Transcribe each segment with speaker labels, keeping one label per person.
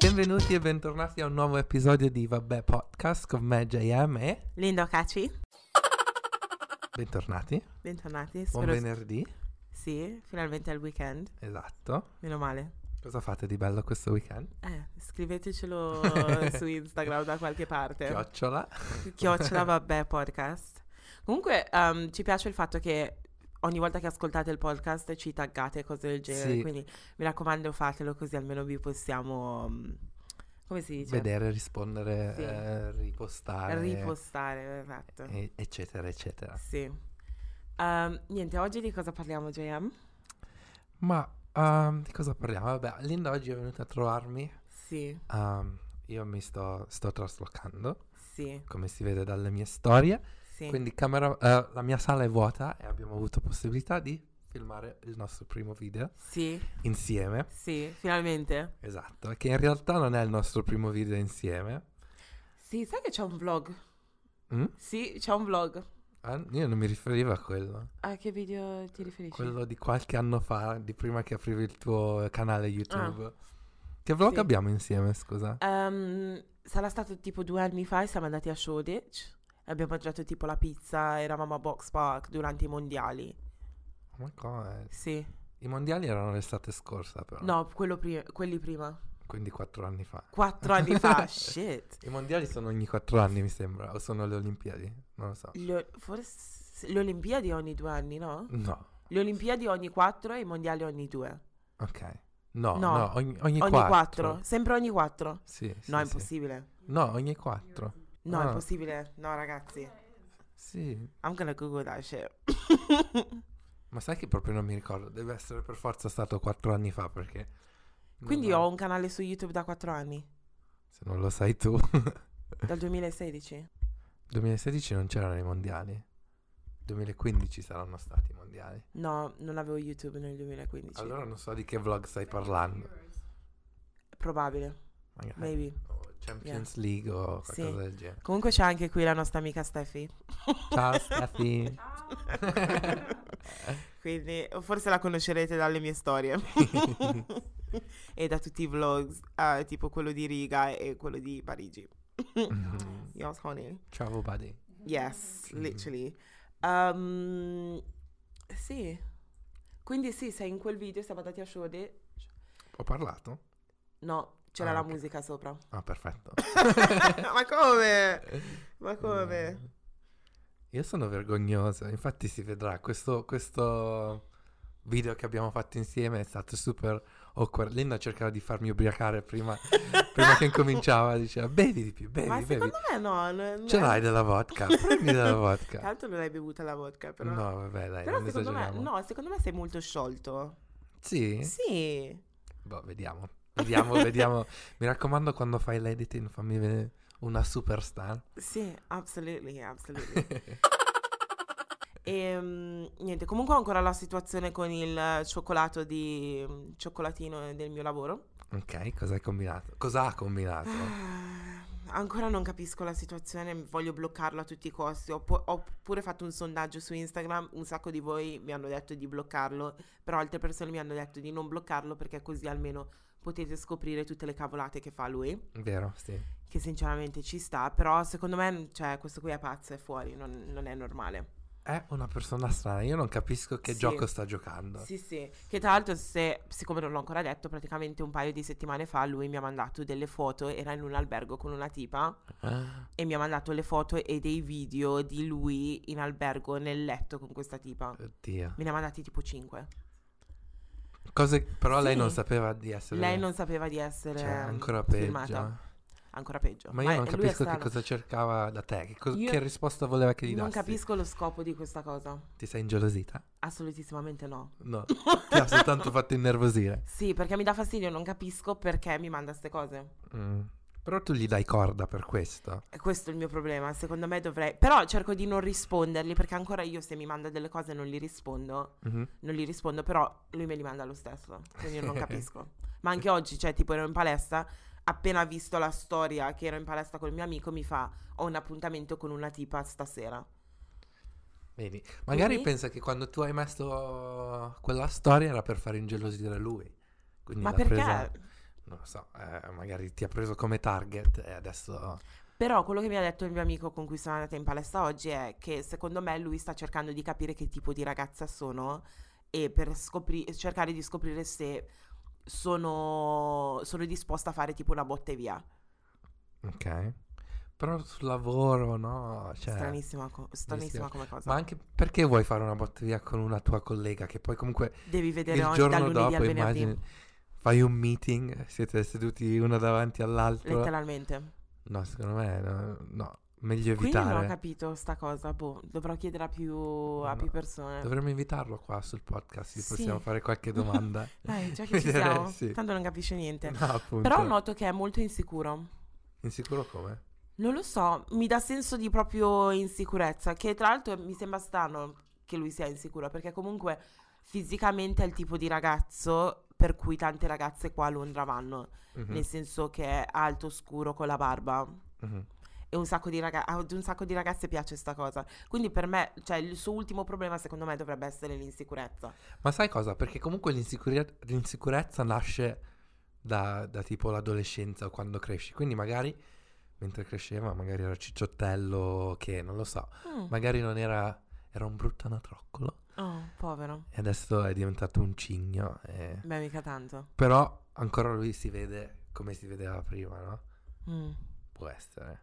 Speaker 1: Benvenuti e bentornati a un nuovo episodio di Vabbè Podcast con me JM e
Speaker 2: Lindo Caci,
Speaker 1: bentornati.
Speaker 2: bentornati.
Speaker 1: Buon
Speaker 2: Spero
Speaker 1: venerdì.
Speaker 2: Sì, finalmente al weekend.
Speaker 1: Esatto.
Speaker 2: Meno male.
Speaker 1: Cosa fate di bello questo weekend?
Speaker 2: Eh, scrivetecelo su Instagram da qualche parte.
Speaker 1: Chiocciola.
Speaker 2: Chiocciola vabbè podcast. Comunque ehm, ci piace il fatto che ogni volta che ascoltate il podcast ci taggate e cose del genere.
Speaker 1: Sì.
Speaker 2: Quindi mi raccomando fatelo così almeno vi possiamo... mm, Come si dice?
Speaker 1: Vedere, rispondere,
Speaker 2: diciamo. Sì.
Speaker 1: eh, ripostare.
Speaker 2: Ripostare, esatto.
Speaker 1: e- eccetera, eccetera.
Speaker 2: Sì. Ehm, niente, oggi di cosa parliamo, JM?
Speaker 1: Ma ehm, di cosa parliamo? Vabbè, Linda oggi è venuta a trovarmi.
Speaker 2: Sì,
Speaker 1: Ehm, io mi sto, sto traslocando,
Speaker 2: sì,
Speaker 1: come si vede dalle mie storie.
Speaker 2: sì.
Speaker 1: Quindi camera- eh, la mia sala è vuota e abbiamo avuto possibilità di filmare il nostro primo video
Speaker 2: Sì,
Speaker 1: insieme.
Speaker 2: sì, finalmente.
Speaker 1: Esatto, che in realtà non è il nostro primo video insieme.
Speaker 2: Sì, sai che c'è un vlog?
Speaker 1: Mm?
Speaker 2: Sì, c'è un vlog.
Speaker 1: Ah, io non mi riferivo a quello.
Speaker 2: A che video ti riferisci?
Speaker 1: Quello di qualche anno fa, di prima che aprivi il tuo canale YouTube. Che vlog
Speaker 2: Ah. Sì.
Speaker 1: abbiamo insieme, scusa?
Speaker 2: Ehm, sarà stato tipo due anni fa e siamo andati a Shoreditch. Abbiamo mangiato tipo la pizza, eravamo a Box Park durante i mondiali.
Speaker 1: Ma come?
Speaker 2: Sì.
Speaker 1: Oh I mondiali erano l'estate scorsa, però.
Speaker 2: No, quello pri- quelli prima.
Speaker 1: Quindi quattro anni fa.
Speaker 2: Quattro anni fa, shit.
Speaker 1: I mondiali sono ogni quattro anni, mi sembra. O sono le Olimpiadi? Non lo so.
Speaker 2: Le- forse le Olimpiadi ogni due anni, no?
Speaker 1: No.
Speaker 2: Le Olimpiadi ogni quattro e i mondiali ogni due.
Speaker 1: Ok. No, no,
Speaker 2: No.
Speaker 1: ogni, ogni,
Speaker 2: ogni
Speaker 1: quattro.
Speaker 2: quattro. Sempre ogni quattro.
Speaker 1: Sì, sì,
Speaker 2: no, è
Speaker 1: sì.
Speaker 2: impossibile.
Speaker 1: No, ogni quattro.
Speaker 2: No,
Speaker 1: Ah.
Speaker 2: è impossibile. No, ragazzi.
Speaker 1: Sì.
Speaker 2: I'm gonna Google that shit.
Speaker 1: Ma sai che proprio non mi ricordo, deve essere per forza stato quattro anni fa perché... non
Speaker 2: Quindi
Speaker 1: ho-
Speaker 2: ho un canale su YouTube da 4 anni,
Speaker 1: Se non lo sai tu,
Speaker 2: dal 2016.
Speaker 1: 2016 non c'erano i mondiali. 2015 saranno stati i mondiali.
Speaker 2: No, non avevo YouTube nel 2015.
Speaker 1: Allora non so di che vlog stai parlando.
Speaker 2: Probabile,
Speaker 1: Magari.
Speaker 2: maybe.
Speaker 1: o Champions League o qualcosa
Speaker 2: Sì.
Speaker 1: del genere.
Speaker 2: Comunque c'è anche qui la nostra amica Steffi.
Speaker 1: Ciao Steffi.
Speaker 2: Quindi forse la conoscerete dalle mie storie. e da tutti i vlog, eh, tipo quello di Riga e quello di Parigi.
Speaker 1: Mhm.
Speaker 2: Yes, honey.
Speaker 1: Ciao buddy.
Speaker 2: Yes,
Speaker 1: Mm-hmm.
Speaker 2: literally. Um, sì. Quindi sì, sei in quel video, siamo andati a Shode.
Speaker 1: Ho parlato?
Speaker 2: No, c'era
Speaker 1: Ah,
Speaker 2: la
Speaker 1: ok.
Speaker 2: musica sopra.
Speaker 1: Ah, perfetto.
Speaker 2: Ma come? Ma come?
Speaker 1: Eh, Io sono vergognoso, infatti si vedrà, questo, questo video che abbiamo fatto insieme è stato super awkward. Linda cercava di farmi ubriacare prima, prima che incominciava, diceva bevi di più, bevi,
Speaker 2: Ma
Speaker 1: bevi.
Speaker 2: secondo me no. non-
Speaker 1: Ce l'hai della vodka, prendi della vodka.
Speaker 2: Tanto non hai bevuta la vodka, però.
Speaker 1: No, vabbè, dai,
Speaker 2: però
Speaker 1: non
Speaker 2: secondo me,
Speaker 1: esageriamo.
Speaker 2: no, secondo me sei molto sciolto.
Speaker 1: Sì?
Speaker 2: Sì.
Speaker 1: Boh, vediamo. Vediamo, vediamo. Mi raccomando, quando fai l'editing fammi vedere una superstar.
Speaker 2: Sì, absolutely, absolutely. E niente, comunque ho ancora la situazione con il cioccolato di mm, cioccolatino del mio lavoro.
Speaker 1: Ok, cosa hai combinato? Cosa ha combinato?
Speaker 2: Ah, Ancora non capisco la situazione, voglio bloccarlo a tutti i costi. Ho, po- ho pure fatto un sondaggio su Instagram, un sacco di voi mi hanno detto di bloccarlo, però altre persone mi hanno detto di non bloccarlo perché così almeno potete scoprire tutte le cavolate che fa lui,
Speaker 1: Vero, sì.
Speaker 2: che sinceramente ci sta, però secondo me cioè, questo qui è pazzo, è fuori, non, non è normale.
Speaker 1: È una persona strana, io non capisco che
Speaker 2: Sì.
Speaker 1: gioco sta giocando.
Speaker 2: Sì, sì, che tra l'altro se, siccome non l'ho ancora detto, praticamente un paio di settimane fa lui mi ha mandato delle foto, era in un albergo con una tipa.
Speaker 1: Ah,
Speaker 2: e mi ha mandato le foto e dei video di lui in albergo nel letto con questa tipa.
Speaker 1: Oddio.
Speaker 2: Me ne ha mandati tipo 5.
Speaker 1: Cose, però lei
Speaker 2: Sì.
Speaker 1: non sapeva di essere...
Speaker 2: Lei non sapeva di essere
Speaker 1: Cioè, ancora
Speaker 2: mm,
Speaker 1: peggio. eh.
Speaker 2: filmata. Ancora peggio.
Speaker 1: Ma io non
Speaker 2: eh, lui è
Speaker 1: capisco che
Speaker 2: strano.
Speaker 1: cosa cercava da te, che, cos-
Speaker 2: Io-
Speaker 1: che risposta voleva che gli
Speaker 2: Non
Speaker 1: dassi.
Speaker 2: capisco lo scopo di questa cosa.
Speaker 1: Ti sei ingelosita?
Speaker 2: Assolutissimamente no.
Speaker 1: No, ti ha soltanto fatto innervosire.
Speaker 2: Sì, perché mi dà fastidio, non capisco perché mi manda queste cose.
Speaker 1: Mm. Però tu gli dai corda per questo.
Speaker 2: E questo è il mio problema. Secondo me dovrei. Però cerco di non risponderli perché ancora io se mi manda delle cose non li rispondo.
Speaker 1: Mhm.
Speaker 2: non gli rispondo, però lui me li manda lo stesso, quindi io non capisco. Ma anche oggi, cioè, tipo, ero in palestra, appena visto la storia che ero in palestra col mio amico, mi fa, ho un appuntamento con una tipa stasera.
Speaker 1: Vedi, magari
Speaker 2: Sì.
Speaker 1: pensa che quando tu hai messo quella storia era per far ingelosire lui. Quindi
Speaker 2: Ma
Speaker 1: l'ha
Speaker 2: perché?
Speaker 1: presa- non lo so, eh, magari ti ha preso come target e adesso...
Speaker 2: Però quello che mi ha detto il mio amico con cui sono andata in palestra oggi è che secondo me lui sta cercando di capire che tipo di ragazza sono e per scopri- cercare di scoprire se sono, sono disposta a fare tipo una botta e via.
Speaker 1: Ok. Però sul lavoro, no? Cioè,
Speaker 2: stranissima, co-
Speaker 1: stranissimo.
Speaker 2: stranissima come cosa.
Speaker 1: Ma anche perché vuoi fare una botta via con una tua collega che poi comunque
Speaker 2: Devi vedere
Speaker 1: il
Speaker 2: oggi, dal
Speaker 1: giorno
Speaker 2: lunedì
Speaker 1: dopo
Speaker 2: al venerdì,
Speaker 1: immagini fai un meeting, siete seduti uno davanti all'altro.
Speaker 2: letteralmente.
Speaker 1: No, secondo me no, no, meglio
Speaker 2: Quindi non ho
Speaker 1: evitare.
Speaker 2: capito sta cosa, boh, dovrò chiedere a più, a
Speaker 1: No,
Speaker 2: più persone.
Speaker 1: Dovremmo invitarlo qua sul podcast, gli
Speaker 2: Sì.
Speaker 1: possiamo fare qualche domanda.
Speaker 2: Dai, già che ci
Speaker 1: Vedere,
Speaker 2: siamo,
Speaker 1: sì.
Speaker 2: tanto non capisce niente.
Speaker 1: no, appunto.
Speaker 2: Però noto che è molto insicuro.
Speaker 1: Insicuro come?
Speaker 2: Non lo so, mi dà senso di proprio insicurezza, che tra l'altro mi sembra strano che lui sia insicuro, perché comunque fisicamente è il tipo di ragazzo per cui tante ragazze qua a Londra vanno,
Speaker 1: Mhm,
Speaker 2: nel senso che è alto, scuro, con la barba.
Speaker 1: mhm.
Speaker 2: E un sacco di raga- ad un sacco di ragazze piace sta cosa. Quindi per me, cioè, il suo ultimo problema secondo me dovrebbe essere l'insicurezza.
Speaker 1: Ma sai cosa? Perché comunque l'insicure- l'insicurezza nasce da, da tipo l'adolescenza o quando cresci. Quindi magari mentre cresceva, magari era cicciottello, che non lo so,
Speaker 2: Mm.
Speaker 1: magari non era, era un brutto anatroccolo
Speaker 2: Oh, povero.
Speaker 1: e adesso è diventato un cigno. e-
Speaker 2: Beh, mica tanto.
Speaker 1: Però ancora lui si vede come si vedeva prima, no?
Speaker 2: Mm.
Speaker 1: Può essere.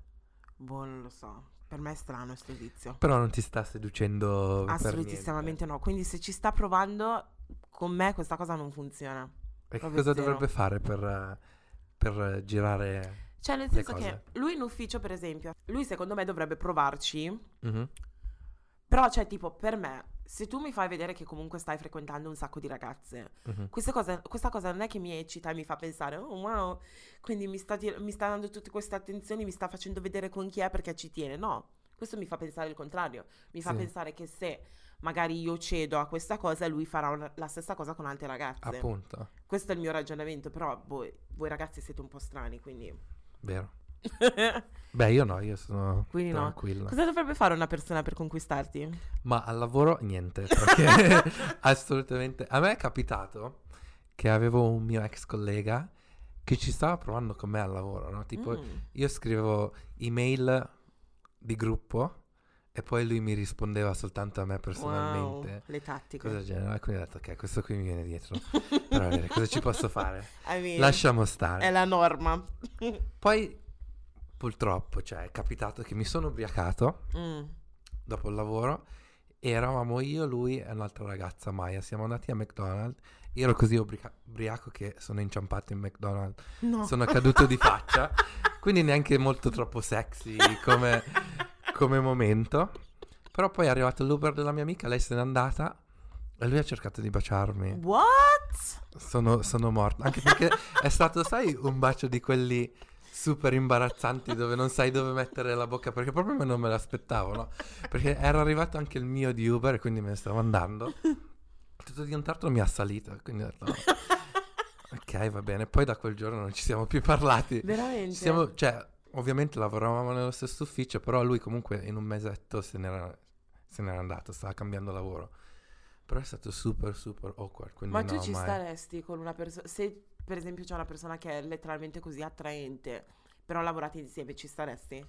Speaker 2: Boh, non lo so. Per me è strano sto tizio.
Speaker 1: Però non ti sta seducendo. per niente.
Speaker 2: Assolutissimamente no. Quindi se ci sta provando, con me questa cosa non funziona.
Speaker 1: E che
Speaker 2: proprio
Speaker 1: cosa
Speaker 2: zero.
Speaker 1: dovrebbe fare per, eh, per eh, girare?
Speaker 2: Cioè, nel
Speaker 1: Le
Speaker 2: senso
Speaker 1: cose.
Speaker 2: che lui in ufficio, per esempio, lui secondo me dovrebbe provarci.
Speaker 1: Mhm.
Speaker 2: Però, cioè, tipo, per me, se tu mi fai vedere che comunque stai frequentando un sacco di ragazze,
Speaker 1: Mhm.
Speaker 2: questa cosa, questa cosa non è che mi eccita e mi fa pensare, oh wow, quindi mi sta, dir- mi sta dando tutte queste attenzioni, mi sta facendo vedere con chi è perché ci tiene. No, questo mi fa pensare il contrario. Mi fa
Speaker 1: Sì.
Speaker 2: pensare che se magari io cedo a questa cosa, lui farà una- la stessa cosa con altre ragazze.
Speaker 1: Appunto,
Speaker 2: Questo è il mio ragionamento, però voi, voi ragazzi siete un po' strani, quindi...
Speaker 1: vero. Beh, io no, io sono
Speaker 2: Quindi no.
Speaker 1: tranquillo.
Speaker 2: Cosa dovrebbe fare una persona per conquistarti?
Speaker 1: Ma al lavoro niente, perché assolutamente... A me è capitato che avevo un mio ex collega che ci stava provando con me al lavoro, no? Tipo,
Speaker 2: Mm.
Speaker 1: io scrivevo email di gruppo e poi lui mi rispondeva soltanto a me personalmente.
Speaker 2: Wow, le tattiche.
Speaker 1: Cosa del genere. E quindi ho detto, ok, questo qui mi viene dietro. Però vedere cosa ci posso fare?
Speaker 2: I mean,
Speaker 1: Lasciamo
Speaker 2: È
Speaker 1: stare.
Speaker 2: la norma.
Speaker 1: Poi, purtroppo, cioè, è capitato che mi sono ubriacato
Speaker 2: Mm.
Speaker 1: dopo il lavoro. E eravamo io, lui e un'altra ragazza, Maya. Siamo andati a McDonald's. Io ero così ubriaca- ubriaco che sono inciampato in McDonald's.
Speaker 2: No.
Speaker 1: Sono caduto di faccia. Quindi neanche molto troppo sexy come, come momento. Però poi è arrivato l'Uber della mia amica, lei se n'è andata. E lui ha cercato di baciarmi.
Speaker 2: What?
Speaker 1: Sono, sono morto. Anche perché è stato, sai, un bacio di quelli super imbarazzanti dove non sai dove mettere la bocca perché proprio me non me l'aspettavo, no? Perché era arrivato anche il mio di Uber e quindi me ne stavo andando. Tutto di un tratto mi ha salito, quindi ho detto, "Oh, ok, va bene. Poi da quel giorno non ci siamo più parlati.
Speaker 2: Veramente?
Speaker 1: Ci siamo, cioè, ovviamente lavoravamo nello stesso ufficio, però lui comunque in un mesetto se n'era, se n'era andato, stava cambiando lavoro. Però è stato super, super awkward. Quindi
Speaker 2: Ma tu
Speaker 1: no,
Speaker 2: ci
Speaker 1: mai.
Speaker 2: staresti con una persona... Se per esempio c'è una persona che è letteralmente così attraente, però lavorate insieme, ci staresti?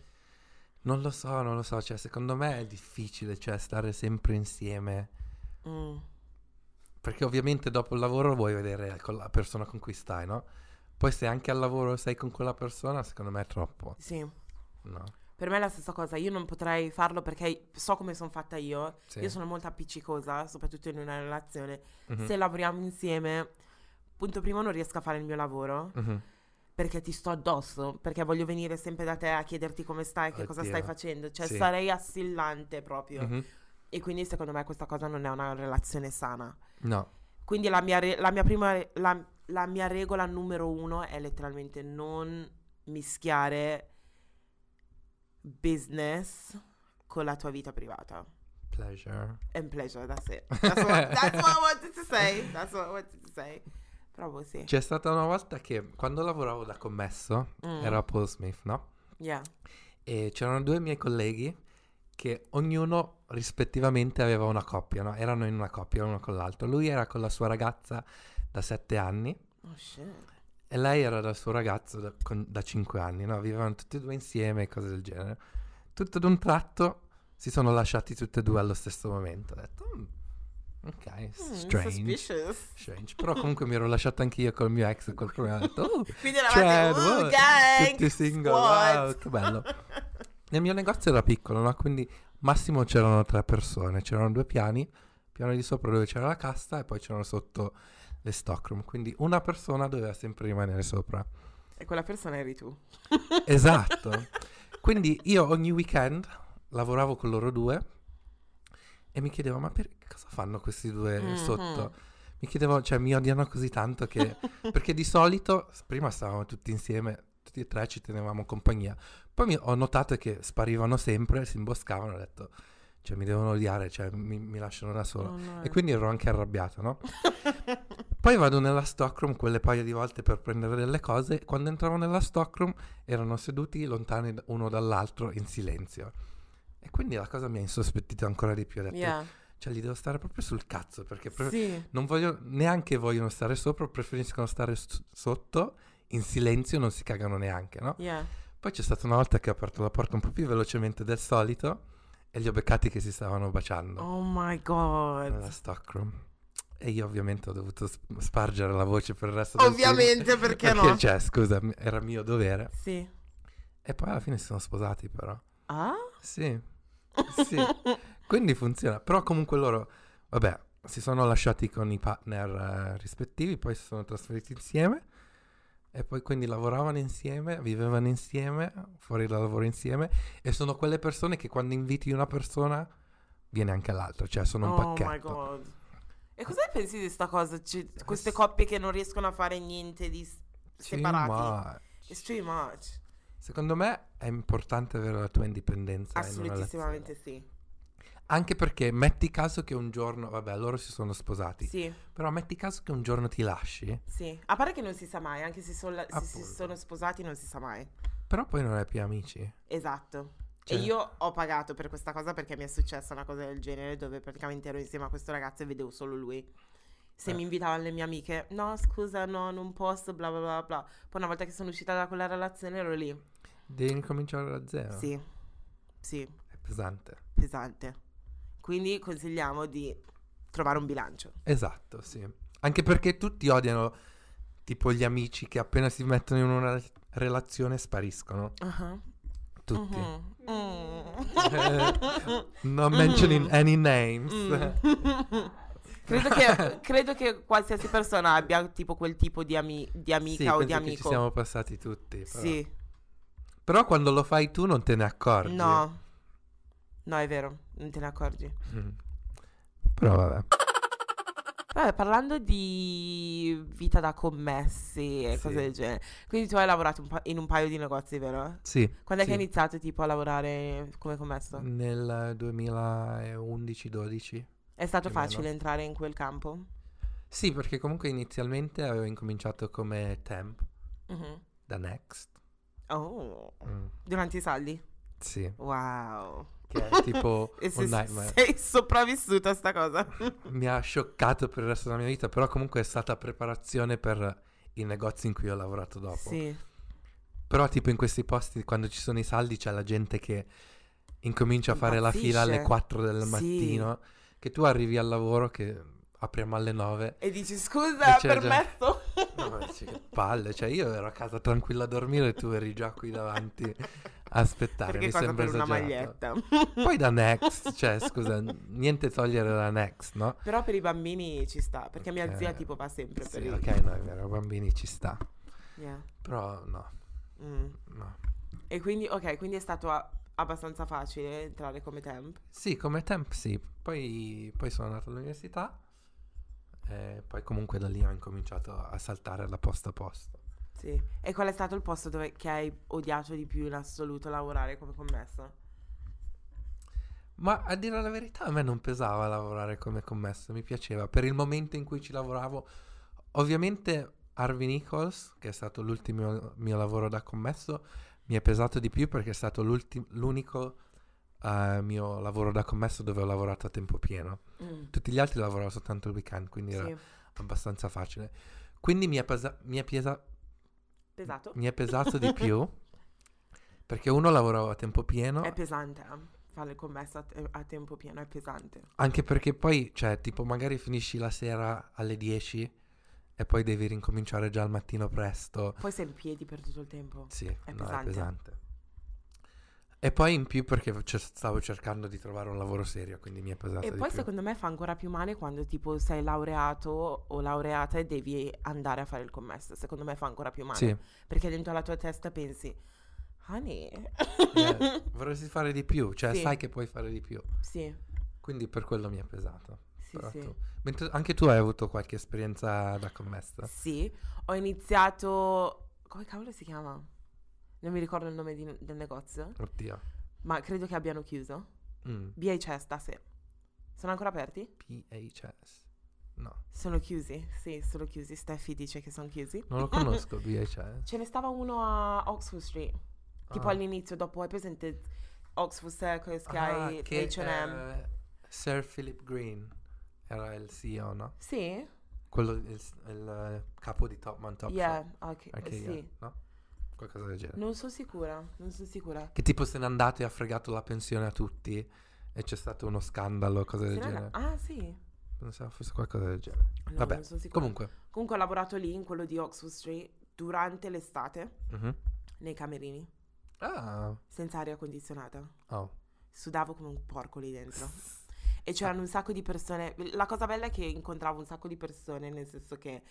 Speaker 1: Non lo so, non lo so, cioè secondo me è difficile, cioè stare sempre insieme,
Speaker 2: Mm.
Speaker 1: perché ovviamente dopo il lavoro vuoi vedere con la persona con cui stai, no? Poi se anche al lavoro sei con quella persona, secondo me è troppo,
Speaker 2: Sì.
Speaker 1: no?
Speaker 2: Per me è la stessa cosa, io non potrei farlo perché so come sono fatta io.
Speaker 1: Sì.
Speaker 2: Io sono molto appiccicosa, soprattutto in una relazione.
Speaker 1: Mhm,
Speaker 2: Se lavoriamo insieme, punto primo non riesco a fare il mio lavoro
Speaker 1: mhm.
Speaker 2: perché ti sto addosso, perché voglio venire sempre da te a chiederti come stai, che cosa
Speaker 1: Oddio.
Speaker 2: stai facendo. Cioè
Speaker 1: Sì.
Speaker 2: sarei assillante proprio.
Speaker 1: Mhm.
Speaker 2: E quindi secondo me questa cosa non è una relazione sana.
Speaker 1: No,
Speaker 2: Quindi la mia, re- la mia prima re- la, la mia regola numero uno è letteralmente non mischiare business con la tua vita privata.
Speaker 1: pleasure.
Speaker 2: And pleasure, that's it. That's what, that's what I wanted to say. That's what I wanted to say. Proprio sì.
Speaker 1: C'è stata una volta che quando lavoravo da commesso,
Speaker 2: Mm.
Speaker 1: era a Paul Smith, no?
Speaker 2: Yeah.
Speaker 1: E c'erano due miei colleghi che ognuno rispettivamente aveva una coppia, no? Erano in una coppia uno con l'altro. Lui era con la sua ragazza da sette anni.
Speaker 2: Oh shit.
Speaker 1: Eh, E lei era dal suo ragazzo da, 5 anni, no? Vivevano tutti e due insieme e cose del genere. Tutto ad un tratto si sono lasciati tutti e due allo stesso momento. Ho detto, "Mm, ok,
Speaker 2: Mm,
Speaker 1: strange.
Speaker 2: suspicious.
Speaker 1: strange. Però comunque mi ero lasciato anch'io col mio ex e qualcuno mi ha detto, oh,
Speaker 2: Quindi eravate
Speaker 1: Cioè,
Speaker 2: uh,
Speaker 1: wow,
Speaker 2: gang,
Speaker 1: tutti single,
Speaker 2: squad."
Speaker 1: wow, che bello. Nel mio negozio era piccolo, no? Quindi massimo c'erano tre persone, c'erano due piani, piano di sopra dove c'era la cassa e poi c'erano sotto le stockroom, quindi una persona doveva sempre rimanere sopra.
Speaker 2: E quella persona eri tu.
Speaker 1: Esatto. Quindi io ogni weekend lavoravo con loro due e mi chiedevo, ma per cosa fanno questi due
Speaker 2: Mhm.
Speaker 1: sotto? Mi chiedevo, cioè mi odiano così tanto che... Perché di solito, s- prima stavamo tutti insieme, tutti e tre ci tenevamo compagnia. Poi mi- ho notato che sparivano sempre, si imboscavano, ho detto, cioè mi devono odiare, cioè mi, mi lasciano da solo.
Speaker 2: Oh, no.
Speaker 1: E quindi ero anche arrabbiato, no? Poi vado nella stockroom quelle paio di volte per prendere delle cose. Quando entravo nella stockroom erano seduti lontani d- uno dall'altro in silenzio. E quindi la cosa mi ha insospettito ancora di più. Ho detto,
Speaker 2: Yeah.
Speaker 1: cioè, gli devo stare proprio sul cazzo perché pre-
Speaker 2: Sì.
Speaker 1: non voglio, neanche vogliono stare sopra, preferiscono stare s- sotto in silenzio, non si cagano neanche, no?
Speaker 2: Yeah.
Speaker 1: Poi c'è stata una volta che ho aperto la porta un po' più velocemente del solito e li ho beccati che si stavano baciando
Speaker 2: Oh my god.
Speaker 1: nella stockroom. E io ovviamente ho dovuto sp- spargere la voce per il resto del film.
Speaker 2: Ovviamente perché
Speaker 1: Perché,
Speaker 2: no?
Speaker 1: cioè, scusa, mi- era mio dovere.
Speaker 2: Sì.
Speaker 1: E poi alla fine si sono sposati, però.
Speaker 2: Ah?
Speaker 1: Sì. Sì. Quindi funziona. Però comunque loro, vabbè, si sono lasciati con i partner eh, rispettivi, poi si sono trasferiti insieme. E poi quindi lavoravano insieme, vivevano insieme, fuori dal lavoro insieme. E sono quelle persone che quando inviti una persona viene anche l'altra, cioè sono un
Speaker 2: oh my
Speaker 1: pacchetto. Eh,
Speaker 2: god. E cosa ne pensi di sta cosa? Ci- queste coppie che non riescono a fare niente di s-
Speaker 1: Sì,
Speaker 2: separati.
Speaker 1: ma
Speaker 2: It's too much.
Speaker 1: Cioè, Secondo me è importante avere la tua indipendenza. in una
Speaker 2: Assolutissimamente sì.
Speaker 1: relazione. Anche perché metti caso che un giorno, vabbè, loro si sono sposati,
Speaker 2: Sì,
Speaker 1: però metti caso che un giorno ti lasci,
Speaker 2: sì. A parte che non si sa mai, anche se, sono- se si
Speaker 1: Appunto.
Speaker 2: sono sposati non si sa mai.
Speaker 1: però poi non hai più amici.
Speaker 2: Esatto.
Speaker 1: Cioè-
Speaker 2: E io ho pagato per questa cosa perché mi è successa una cosa del genere dove praticamente ero insieme a questo ragazzo e vedevo solo lui. Se
Speaker 1: Eh.
Speaker 2: mi invitavano le mie amiche, no scusa, no, non posso, bla bla bla bla. Poi una volta che sono uscita da quella relazione ero lì.
Speaker 1: Ah. Devi ricominciare da zero.
Speaker 2: Sì, sì,
Speaker 1: È pesante.
Speaker 2: pesante. Quindi consigliamo di trovare un bilancio.
Speaker 1: Esatto, sì. Anche perché tutti odiano tipo gli amici che appena si mettono in una re- relazione spariscono.
Speaker 2: Ah,
Speaker 1: Tutti.
Speaker 2: mhm, mm.
Speaker 1: Eh, Non mentioning
Speaker 2: Mhm.
Speaker 1: any names.
Speaker 2: Mm. credo, che, credo che qualsiasi persona abbia tipo quel tipo di, ami- di amica
Speaker 1: sì,
Speaker 2: o
Speaker 1: penso
Speaker 2: di
Speaker 1: che ci
Speaker 2: amico.
Speaker 1: siamo passati tutti. Però.
Speaker 2: sì,
Speaker 1: Però quando lo fai tu non te ne accorgi.
Speaker 2: no. No, è vero, non te ne accorgi.
Speaker 1: Mm. Però vabbè.
Speaker 2: Vabbè, parlando di vita da commessi e
Speaker 1: Sì.
Speaker 2: cose del genere. Quindi tu hai lavorato un pa- in un paio di negozi, vero?
Speaker 1: Sì.
Speaker 2: Quando è che
Speaker 1: sì. Mm,
Speaker 2: hai iniziato tipo a lavorare come commesso?
Speaker 1: Nel 2011-12.
Speaker 2: È stato
Speaker 1: più o meno.
Speaker 2: facile entrare in quel campo?
Speaker 1: Sì, perché comunque inizialmente avevo incominciato come temp
Speaker 2: Mhm.
Speaker 1: da Next.
Speaker 2: Oh,
Speaker 1: Mm.
Speaker 2: durante i saldi?
Speaker 1: Sì,
Speaker 2: Wow.
Speaker 1: che è tipo
Speaker 2: E
Speaker 1: un
Speaker 2: se
Speaker 1: nightmare.
Speaker 2: sei sopravvissuta a sta cosa.
Speaker 1: Mi ha scioccato per il resto della mia vita, però comunque è stata preparazione per i negozi in cui ho lavorato dopo.
Speaker 2: Sì.
Speaker 1: Però tipo in questi posti quando ci sono i saldi c'è la gente che incomincia a fare la fila alle
Speaker 2: Impazzisce.
Speaker 1: 4 del
Speaker 2: Sì.
Speaker 1: mattino, che tu arrivi al lavoro che apriamo alle 9.
Speaker 2: E dici scusa,
Speaker 1: Cioè, già-
Speaker 2: permesso.
Speaker 1: No, ma dici, che palle, cioè io ero a casa tranquilla a dormire e tu eri già qui davanti a aspettare,
Speaker 2: Perché
Speaker 1: mi
Speaker 2: cosa
Speaker 1: sembra
Speaker 2: per una
Speaker 1: esagerato.
Speaker 2: maglietta.
Speaker 1: Poi da Next, cioè scusa, n- niente togliere da Next, no?
Speaker 2: Però per i bambini ci sta, perché mia
Speaker 1: Ok.
Speaker 2: zia tipo va sempre per
Speaker 1: Sì,
Speaker 2: i-
Speaker 1: ok, no, è vero, bambini ci sta.
Speaker 2: Yeah.
Speaker 1: Però no,
Speaker 2: Mm.
Speaker 1: no.
Speaker 2: E quindi, ok, quindi è stato a- abbastanza facile entrare come temp.
Speaker 1: Sì, come temp sì. Poi, poi sono andato all'università e poi comunque da lì ho incominciato a saltare da posto a posto.
Speaker 2: Sì. E qual è stato il posto dove, che hai odiato di più in assoluto lavorare come commessa?
Speaker 1: Ma a dire la verità, a me non pesava lavorare come commesso, mi piaceva. Per il momento in cui ci lavoravo, ovviamente Harvey Nichols, che è stato l'ultimo mio lavoro da commesso, mi è pesato di più perché è stato l'ulti- l'unico eh, mio lavoro da commesso dove ho lavorato a tempo pieno.
Speaker 2: Mm.
Speaker 1: Tutti gli altri lavoravo soltanto il weekend, quindi era
Speaker 2: Sì.
Speaker 1: abbastanza facile. Quindi mi è, pesa- mi è piesa-
Speaker 2: Pesato?
Speaker 1: Mi è pesato di più perché uno lavorava a tempo pieno,
Speaker 2: È pesante eh, fare le commesse a, te- a tempo pieno, è pesante.
Speaker 1: anche perché poi, cioè, tipo magari finisci la sera alle 10 e poi devi rincominciare già al mattino presto.
Speaker 2: Poi sei in piedi per tutto il tempo.
Speaker 1: Sì, no, è
Speaker 2: pesante.
Speaker 1: pesante. E poi in più perché cer- stavo cercando di trovare un lavoro serio, quindi mi è pesato
Speaker 2: E
Speaker 1: di
Speaker 2: poi
Speaker 1: più.
Speaker 2: secondo me fa ancora più male quando tipo sei laureato o laureata e devi andare a fare il commesso. Secondo me fa ancora più male.
Speaker 1: Sì,
Speaker 2: Perché dentro la tua testa pensi, honey,
Speaker 1: eh, vorresti fare di più, cioè
Speaker 2: Sì.
Speaker 1: sai che puoi fare di più.
Speaker 2: sì,
Speaker 1: Quindi per quello mi è pesato.
Speaker 2: sì,
Speaker 1: Però
Speaker 2: sì.
Speaker 1: tu- Esatto. Mentre anche tu hai avuto qualche esperienza da commessa?
Speaker 2: Sì, ho iniziato, come cavolo si chiama? Non mi ricordo il nome di- del negozio,
Speaker 1: Oddio.
Speaker 2: ma credo che abbiano chiuso.
Speaker 1: Mm.
Speaker 2: BHS da sé. Sono ancora aperti?
Speaker 1: PHS. No,
Speaker 2: Sono chiusi, sì, sono chiusi. Steffi dice che sono chiusi.
Speaker 1: non lo conosco BHS.
Speaker 2: Ce ne stava uno a Oxford Street, tipo
Speaker 1: Ah.
Speaker 2: all'inizio, dopo hai presente Oxford Circus che
Speaker 1: Ah,
Speaker 2: hai
Speaker 1: che,
Speaker 2: H&M?
Speaker 1: eh, Sir Philip Green era il CEO, no?
Speaker 2: Sì?
Speaker 1: Quello, il, il, eh, capo di Topman Top
Speaker 2: yeah, ok,
Speaker 1: Shop. Anche
Speaker 2: eh, sì.
Speaker 1: io, no? Qualcosa del genere.
Speaker 2: Non sono sicura, non sono sicura.
Speaker 1: Che tipo se n'è andato e ha fregato la pensione a tutti e c'è stato uno scandalo, cose del
Speaker 2: Se non è-
Speaker 1: genere.
Speaker 2: Ah, sì.
Speaker 1: Pensavo fosse qualcosa del genere.
Speaker 2: No,
Speaker 1: Vabbè,
Speaker 2: non sono sicura.
Speaker 1: Comunque.
Speaker 2: Comunque ho lavorato lì, in quello di Oxford Street, durante l'estate,
Speaker 1: Mhm.
Speaker 2: nei camerini,
Speaker 1: Ah,
Speaker 2: senza aria condizionata.
Speaker 1: oh.
Speaker 2: Sudavo come un porco lì dentro. E c'erano un sacco di persone. La cosa bella è che incontravo un sacco di persone, nel senso che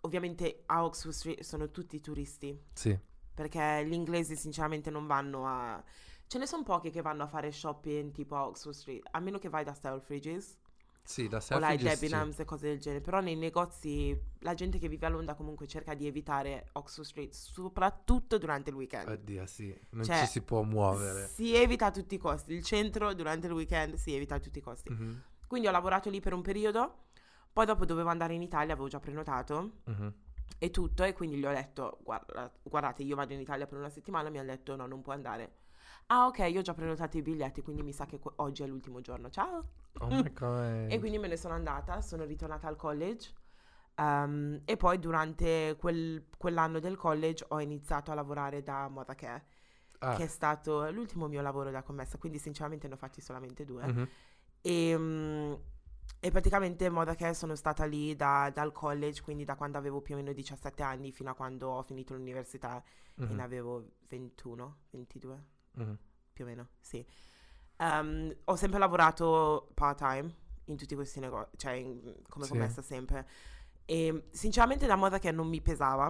Speaker 2: ovviamente a Oxford Street sono tutti turisti,
Speaker 1: Sì.
Speaker 2: perché gli inglesi sinceramente non vanno a... Ce ne sono pochi che vanno a fare shopping tipo a Oxford Street, a meno che vai da Selfridges
Speaker 1: Sì, da
Speaker 2: o la
Speaker 1: Selfridges sì.
Speaker 2: Debenhams e cose del genere, però nei negozi la gente che vive a Londra comunque cerca di evitare Oxford Street, soprattutto durante il weekend.
Speaker 1: Oddio, sì. Non
Speaker 2: Cioè,
Speaker 1: ci si può muovere.
Speaker 2: Si evita a tutti i costi, il centro durante il weekend si evita a tutti i costi.
Speaker 1: Mhm,
Speaker 2: Quindi ho lavorato lì per un periodo, poi dopo dovevo andare in Italia, avevo già prenotato
Speaker 1: mhm.
Speaker 2: e tutto, e quindi gli ho detto, "Guarda- guardate, io vado in Italia per una settimana, mi hanno detto no, non puoi andare. Ah ok, io ho già prenotato i biglietti, quindi mi sa che que- oggi è l'ultimo giorno, ciao!
Speaker 1: Oh my god.
Speaker 2: Mm. E quindi me ne sono andata, sono ritornata al college. ehm, e poi durante quel- quell'anno del college ho iniziato a lavorare da Moda Care,
Speaker 1: Ah,
Speaker 2: che è stato l'ultimo mio lavoro da commessa, quindi sinceramente ne ho fatti solamente due.
Speaker 1: mhm.
Speaker 2: E, mm, e praticamente Moda Care sono stata lì da- dal college, quindi da quando avevo più o meno 17 anni fino a quando ho finito l'università e
Speaker 1: Mhm,
Speaker 2: ne avevo 21, 22
Speaker 1: mhm.
Speaker 2: più o meno, sì. Ehm, ho sempre lavorato part-time in tutti questi negozi, cioè in- come
Speaker 1: Sì.
Speaker 2: commessa sempre. E sinceramente la moda che non mi pesava,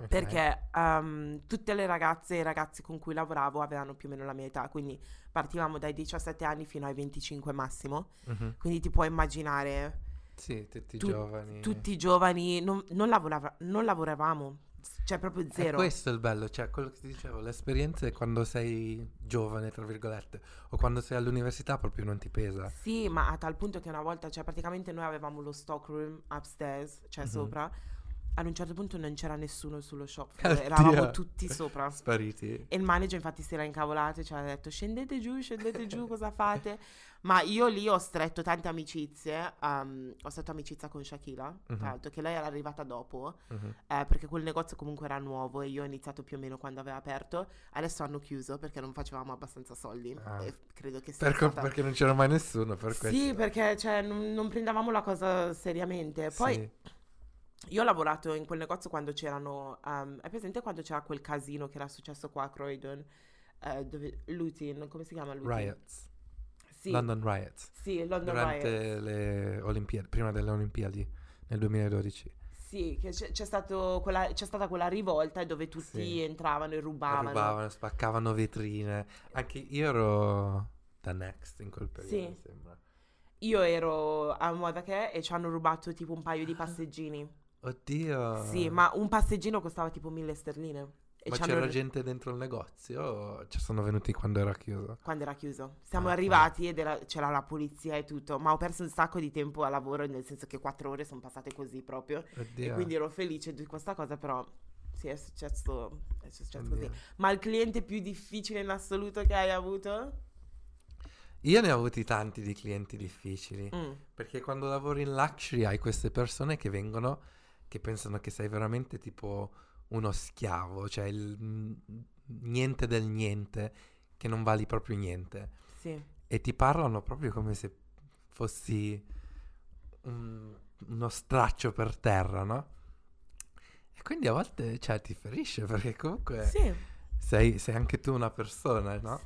Speaker 1: Ok.
Speaker 2: perché ehm, tutte le ragazze e i ragazzi con cui lavoravo avevano più o meno la mia età, quindi partivamo dai 17 anni fino ai 25 massimo,
Speaker 1: Mhm.
Speaker 2: quindi ti puoi immaginare
Speaker 1: Sì, tutti
Speaker 2: tu-
Speaker 1: giovani.
Speaker 2: tutti i giovani, non, non lavorava- non lavoravamo, cioè proprio
Speaker 1: È
Speaker 2: zero.
Speaker 1: questo il bello, cioè quello che ti dicevo, l'esperienza è quando sei giovane, tra virgolette, o quando sei all'università proprio non ti pesa.
Speaker 2: Sì, ma a tal punto che una volta, cioè praticamente noi avevamo lo stockroom upstairs, cioè
Speaker 1: Mhm.
Speaker 2: sopra. Ad un certo punto non c'era nessuno sullo shop floor,
Speaker 1: Oddio.
Speaker 2: Eh, eravamo tutti sopra.
Speaker 1: Spariti.
Speaker 2: E il manager infatti si era incavolato e ci aveva detto scendete giù, scendete giù, cosa fate? Ma io lì ho stretto tante amicizie, um, ho stretto amicizia con Shakira,
Speaker 1: Mhm.
Speaker 2: tra l'altro, che lei era arrivata dopo,
Speaker 1: Mhm.
Speaker 2: eh, perché quel negozio comunque era nuovo e io ho iniziato più o meno quando aveva aperto. Adesso hanno chiuso perché non facevamo abbastanza soldi
Speaker 1: Ah.
Speaker 2: e credo che sia
Speaker 1: Per co-
Speaker 2: stata-
Speaker 1: perché non c'era mai nessuno per questo.
Speaker 2: sì, perché cioè, non, non prendevamo la cosa seriamente. Poi
Speaker 1: Sì.
Speaker 2: io ho lavorato in quel negozio quando c'erano. ehm, è presente quando c'era quel casino che era successo qua a Croydon? Eh, dove, Lutin, come si chiama Lutin?
Speaker 1: Riots.
Speaker 2: Sì,
Speaker 1: London Riots.
Speaker 2: sì, London
Speaker 1: Durante
Speaker 2: Riot.
Speaker 1: le Olimpiadi, prima delle Olimpiadi nel 2012.
Speaker 2: Sì, che c'è, c'è stato quella, c'è stata quella rivolta dove tutti
Speaker 1: Sì.
Speaker 2: entravano e rubavano.
Speaker 1: Rubavano, spaccavano vetrine. Anche io ero da Next in quel periodo,
Speaker 2: Sì.
Speaker 1: mi sembra.
Speaker 2: Io ero a Modache e ci hanno rubato tipo un paio di passeggini.
Speaker 1: Oddio.
Speaker 2: Sì, ma un passeggino costava tipo mille sterline. E
Speaker 1: Ah. Ma
Speaker 2: ci hanno
Speaker 1: c'era
Speaker 2: ru-
Speaker 1: gente dentro il negozio o ci sono venuti quando era chiuso?
Speaker 2: quando era chiuso. Siamo
Speaker 1: Ah, ok.
Speaker 2: arrivati ed era- c'era la polizia e tutto, ma ho perso un sacco di tempo a lavoro, nel senso che quattro ore sono passate così proprio.
Speaker 1: Oddio.
Speaker 2: E quindi ero felice di questa cosa, però sì, è successo, è successo
Speaker 1: Oddio.
Speaker 2: così. Ma il cliente più difficile in assoluto che hai avuto?
Speaker 1: Io ne ho avuti tanti di clienti difficili.
Speaker 2: Mm,
Speaker 1: Perché quando lavori in luxury hai queste persone che vengono che pensano che sei veramente tipo uno schiavo, cioè il mm, niente del niente che non vali proprio niente.
Speaker 2: Sì.
Speaker 1: E ti parlano proprio come se fossi un- uno straccio per terra, no? E quindi a volte cioè, ti ferisce perché comunque
Speaker 2: Sì.
Speaker 1: sei, sei anche tu una persona, no?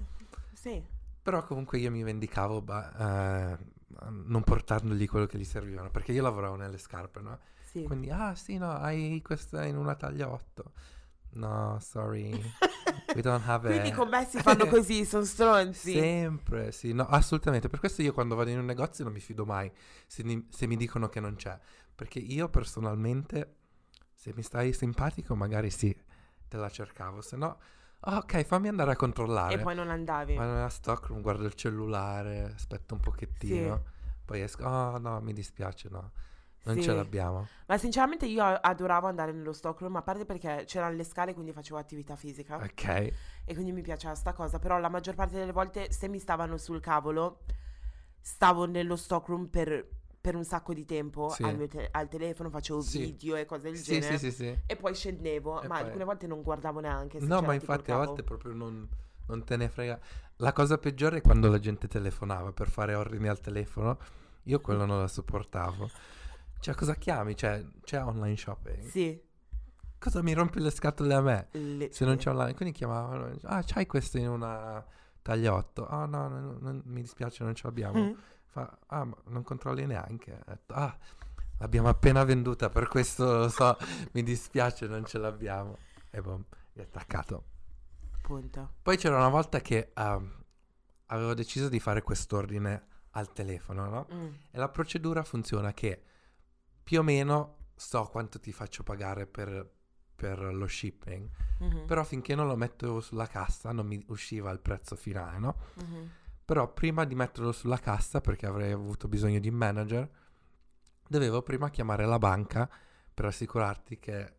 Speaker 2: Sì.
Speaker 1: Però comunque io mi vendicavo ba- eh, non portandogli quello che gli servivano, perché io lavoravo nelle scarpe, no?
Speaker 2: Sì.
Speaker 1: Quindi, ah sì, no, hai questa in una taglia 8. No, sorry, we don't have
Speaker 2: Quindi
Speaker 1: it.
Speaker 2: con me si fanno così, sono stronzi.
Speaker 1: Sempre, sì, no, assolutamente. Per questo io quando vado in un negozio non mi fido mai se, ni- se mi dicono che non c'è. Perché io personalmente, se mi stai simpatico, magari sì, te la cercavo. Se no, "Ah, ok, fammi andare a controllare.
Speaker 2: E poi non andavi.
Speaker 1: Vado nella stockroom, guardo il cellulare, aspetto un pochettino, poi esco. Oh no, mi dispiace, no. Non
Speaker 2: Sì.
Speaker 1: ce l'abbiamo.
Speaker 2: Ma sinceramente io a- adoravo andare nello stockroom, a parte perché c'erano le scale quindi facevo attività fisica
Speaker 1: Ok.
Speaker 2: e quindi mi piaceva sta cosa, però la maggior parte delle volte se mi stavano sul cavolo stavo nello stockroom per, per un sacco di tempo
Speaker 1: Sì.
Speaker 2: al, mio te- al telefono, facevo
Speaker 1: Sì.
Speaker 2: video e cose del
Speaker 1: Sì,
Speaker 2: genere.
Speaker 1: sì, sì, sì.
Speaker 2: E poi scendevo,
Speaker 1: E
Speaker 2: ma
Speaker 1: poi-
Speaker 2: alcune volte non guardavo neanche. se
Speaker 1: No,
Speaker 2: c'era
Speaker 1: ma
Speaker 2: tipo il
Speaker 1: infatti a
Speaker 2: cavo.
Speaker 1: volte proprio non, non te ne frega. La cosa peggiore è quando la gente telefonava per fare ordini al telefono. Io quello non la sopportavo. Cioè, cosa chiami? Cioè, c'è online shopping.
Speaker 2: Sì.
Speaker 1: Cosa mi rompi le scatole a me?
Speaker 2: le-
Speaker 1: Se non
Speaker 2: sì.
Speaker 1: c'è online. Quindi chiamavano. Ah, c'hai questo in una taglia 8. Ah, no, no, no, non- mi dispiace, non ce l'abbiamo.
Speaker 2: Mm.
Speaker 1: Fa, ah, ma non controlli neanche. Ho detto, ah, l'abbiamo appena venduta, per questo lo so, mi dispiace, non ce l'abbiamo. E boom, è attaccato.
Speaker 2: Punto.
Speaker 1: Poi c'era una volta che ehm, avevo deciso di fare quest'ordine al telefono, no?
Speaker 2: Mm.
Speaker 1: E la procedura funziona che più o meno so quanto ti faccio pagare per, per lo shipping,
Speaker 2: Mhm.
Speaker 1: però finché non lo metto sulla cassa non mi usciva il prezzo finale, no?
Speaker 2: Mhm.
Speaker 1: Però prima di metterlo sulla cassa, perché avrei avuto bisogno di un manager, dovevo prima chiamare la banca per assicurarti che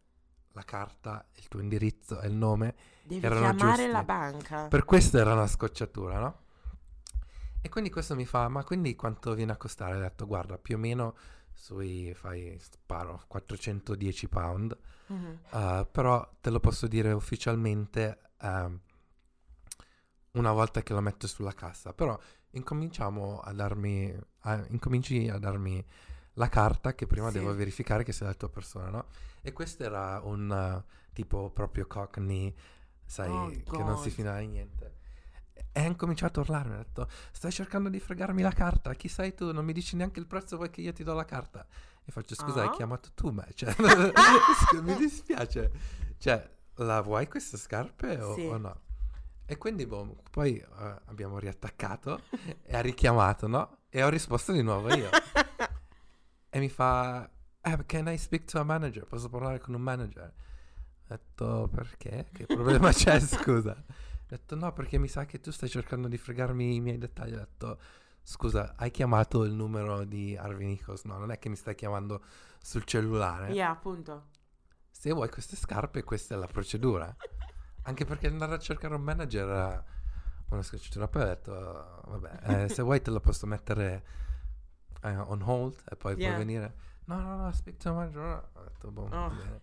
Speaker 1: la carta, il tuo indirizzo e il nome
Speaker 2: Devi
Speaker 1: Erano
Speaker 2: chiamare
Speaker 1: giusti.
Speaker 2: la banca.
Speaker 1: per questo era una scocciatura, no? E quindi questo mi fa, ma quindi quanto viene a costare? Ho detto, guarda, più o meno sui, fai, sparo, 410 pound,
Speaker 2: Mhm.
Speaker 1: eh, però te lo posso dire ufficialmente ehm, una volta che lo metto sulla cassa. Però incominciamo a darmi, a- incominci a darmi la carta che prima
Speaker 2: Sì.
Speaker 1: devo verificare che sia la tua persona, no? E questo era un eh, tipo proprio cockney, sai,
Speaker 2: Oh,
Speaker 1: che non si
Speaker 2: God.
Speaker 1: finiva in niente. E ha incominciato a urlarmi, ha detto, stai cercando di fregarmi la carta, chi sei tu? Non mi dici neanche il prezzo, vuoi che io ti do la carta? E faccio, scusa,
Speaker 2: Ah.
Speaker 1: hai chiamato tu me, cioè, scusa, mi dispiace. Cioè, la vuoi queste scarpe o,
Speaker 2: Sì.
Speaker 1: o no? E quindi, boh, poi eh, abbiamo riattaccato e ha richiamato, no? E ho risposto di nuovo io. e mi fa, eh, can I speak to a manager? Posso parlare con un manager? Ho detto, perché? Che problema c'è, scusa? Ho detto, no, perché mi sa che tu stai cercando di fregarmi i miei dettagli. Ho detto, scusa, hai chiamato il numero di Arvinicos? No, non è che mi stai chiamando sul cellulare.
Speaker 2: Yeah, appunto.
Speaker 1: Se vuoi queste scarpe, questa è la procedura. Anche perché andare a cercare un manager era una scocciatura. Poi ho detto, vabbè, eh, se vuoi te la posso mettere eh, on hold e poi
Speaker 2: Yeah.
Speaker 1: puoi venire. No, no, no, speak to the manager. no. Ho detto, boh, va
Speaker 2: Oh.
Speaker 1: bene.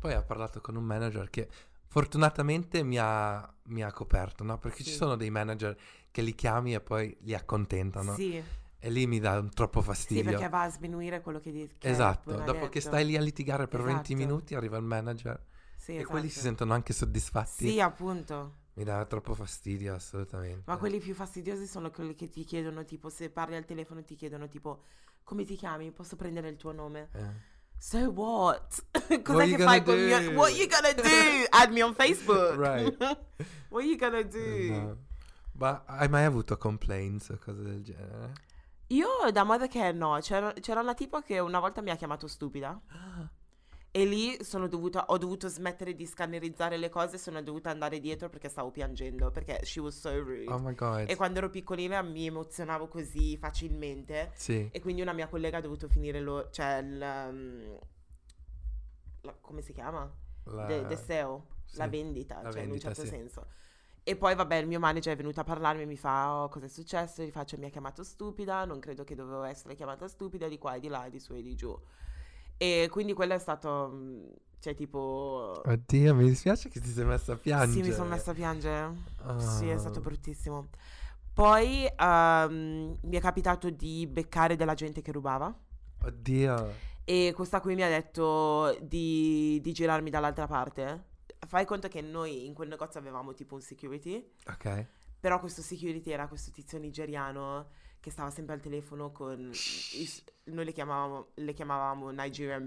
Speaker 1: Poi ho parlato con un manager che fortunatamente mi ha, mi ha coperto, no? Perché ci
Speaker 2: Sì.
Speaker 1: sono dei manager che li chiami e poi li accontentano.
Speaker 2: Sì.
Speaker 1: E lì mi dà un troppo
Speaker 2: Sì,
Speaker 1: fastidio.
Speaker 2: perché va a sminuire quello che dici.
Speaker 1: Esatto, dopo che stai lì a litigare per 20
Speaker 2: Esatto.
Speaker 1: minuti arriva il manager
Speaker 2: Sì,
Speaker 1: e quelli si
Speaker 2: esatto.
Speaker 1: sentono anche soddisfatti.
Speaker 2: Sì, appunto.
Speaker 1: Mi dava troppo fastidio, assolutamente.
Speaker 2: Ma quelli più fastidiosi sono quelli che ti chiedono, tipo, se parli al telefono ti chiedono, tipo, come ti chiami? Posso prendere il tuo nome?
Speaker 1: Eh.
Speaker 2: So what?
Speaker 1: What
Speaker 2: Cos'è
Speaker 1: you
Speaker 2: che
Speaker 1: gonna
Speaker 2: fai con il
Speaker 1: do?
Speaker 2: mio... What you gonna do? Add me on Facebook.
Speaker 1: Right.
Speaker 2: What you gonna do?
Speaker 1: Eh, no. Ma hai mai avuto complaints o cose del genere?
Speaker 2: Io da moda che no, c'era, c'era una tipo che una volta mi ha chiamato stupida. E lì sono dovuta, ho dovuto smettere di scannerizzare le cose, sono dovuta andare dietro perché stavo piangendo, perché she was so rude.
Speaker 1: Oh my god.
Speaker 2: E quando ero piccolina mi emozionavo così facilmente.
Speaker 1: Sì.
Speaker 2: E quindi una mia collega ha dovuto finire lo. cioè il. um, la- come si chiama?
Speaker 1: La...
Speaker 2: The, the sale,
Speaker 1: sì,
Speaker 2: la vendita,
Speaker 1: la
Speaker 2: cioè in un
Speaker 1: vendita,
Speaker 2: certo
Speaker 1: sì.
Speaker 2: senso. E poi, vabbè, il mio manager è venuto a parlarmi e mi fa: Oh, cosa è successo? Gli faccio: Mi ha chiamato stupida. Non credo che dovevo essere chiamata stupida di qua e di là, e di su e di giù. E quindi quello è stato. mh, Cioè, tipo...
Speaker 1: Oddio, mi dispiace che ti sei messa a piangere.
Speaker 2: Sì, mi sono messa a piangere.
Speaker 1: Ah.
Speaker 2: Sì, è stato bruttissimo. Poi ehm, mi è capitato di beccare della gente che rubava.
Speaker 1: Oddio.
Speaker 2: E questa qui mi ha detto di, di girarmi dall'altra parte. Fai conto che noi in quel negozio avevamo tipo un security,
Speaker 1: Ok.
Speaker 2: però questo security era questo tizio nigeriano che stava sempre al telefono con... i s- Noi le chiamavamo, le chiamavamo Nigerian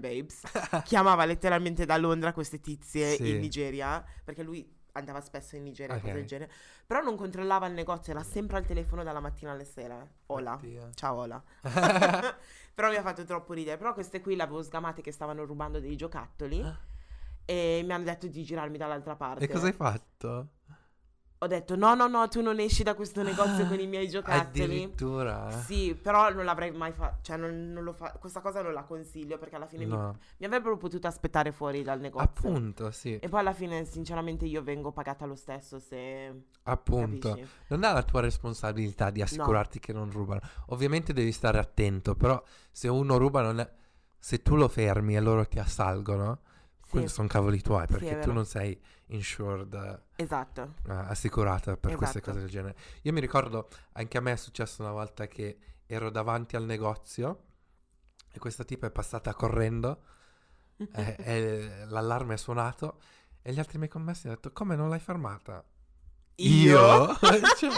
Speaker 2: Babes. Chiamava letteralmente da Londra queste tizie
Speaker 1: Sì.
Speaker 2: in Nigeria, perché lui andava spesso in Nigeria, cose
Speaker 1: Ok.
Speaker 2: del genere. Però non controllava il negozio, era sempre al telefono dalla mattina alle sera. Hola. Cioè,
Speaker 1: Oddio.
Speaker 2: Ciao Ola. Però mi ha fatto troppo ridere. Però queste qui le avevo sgamate che stavano rubando dei giocattoli.
Speaker 1: Ah.
Speaker 2: E mi hanno detto di girarmi dall'altra parte.
Speaker 1: E cosa hai fatto?
Speaker 2: Ho detto: no, no, no, tu non esci da
Speaker 1: Ah,
Speaker 2: questo negozio con i miei giocattoli.
Speaker 1: Addirittura.
Speaker 2: Sì, però non l'avrei mai fatto. Cioè, non, non lo fa- questa cosa non la consiglio perché alla fine mi- mi,
Speaker 1: No.
Speaker 2: avrebbero potuto aspettare fuori dal negozio.
Speaker 1: Appunto, sì.
Speaker 2: E poi alla fine, sinceramente, io vengo pagata lo stesso se.
Speaker 1: Appunto.
Speaker 2: Capisci?
Speaker 1: Non è la tua responsabilità di assicurarti che non rubano. Ovviamente devi stare attento, però se uno ruba non è... Se tu lo fermi e loro ti assalgono,
Speaker 2: Sì,
Speaker 1: quelli sono cavoli tuoi,
Speaker 2: Sì, è
Speaker 1: perché
Speaker 2: vero.
Speaker 1: tu non sei insured, eh,
Speaker 2: esatto.
Speaker 1: assicurata per queste
Speaker 2: Esatto.
Speaker 1: cose del genere. Io mi ricordo, anche a me è successo una volta che ero davanti al negozio e questa tipa è passata correndo eh, e, e l'allarme è suonato e gli altri miei commessi hanno detto come non l'hai fermata? Cioè,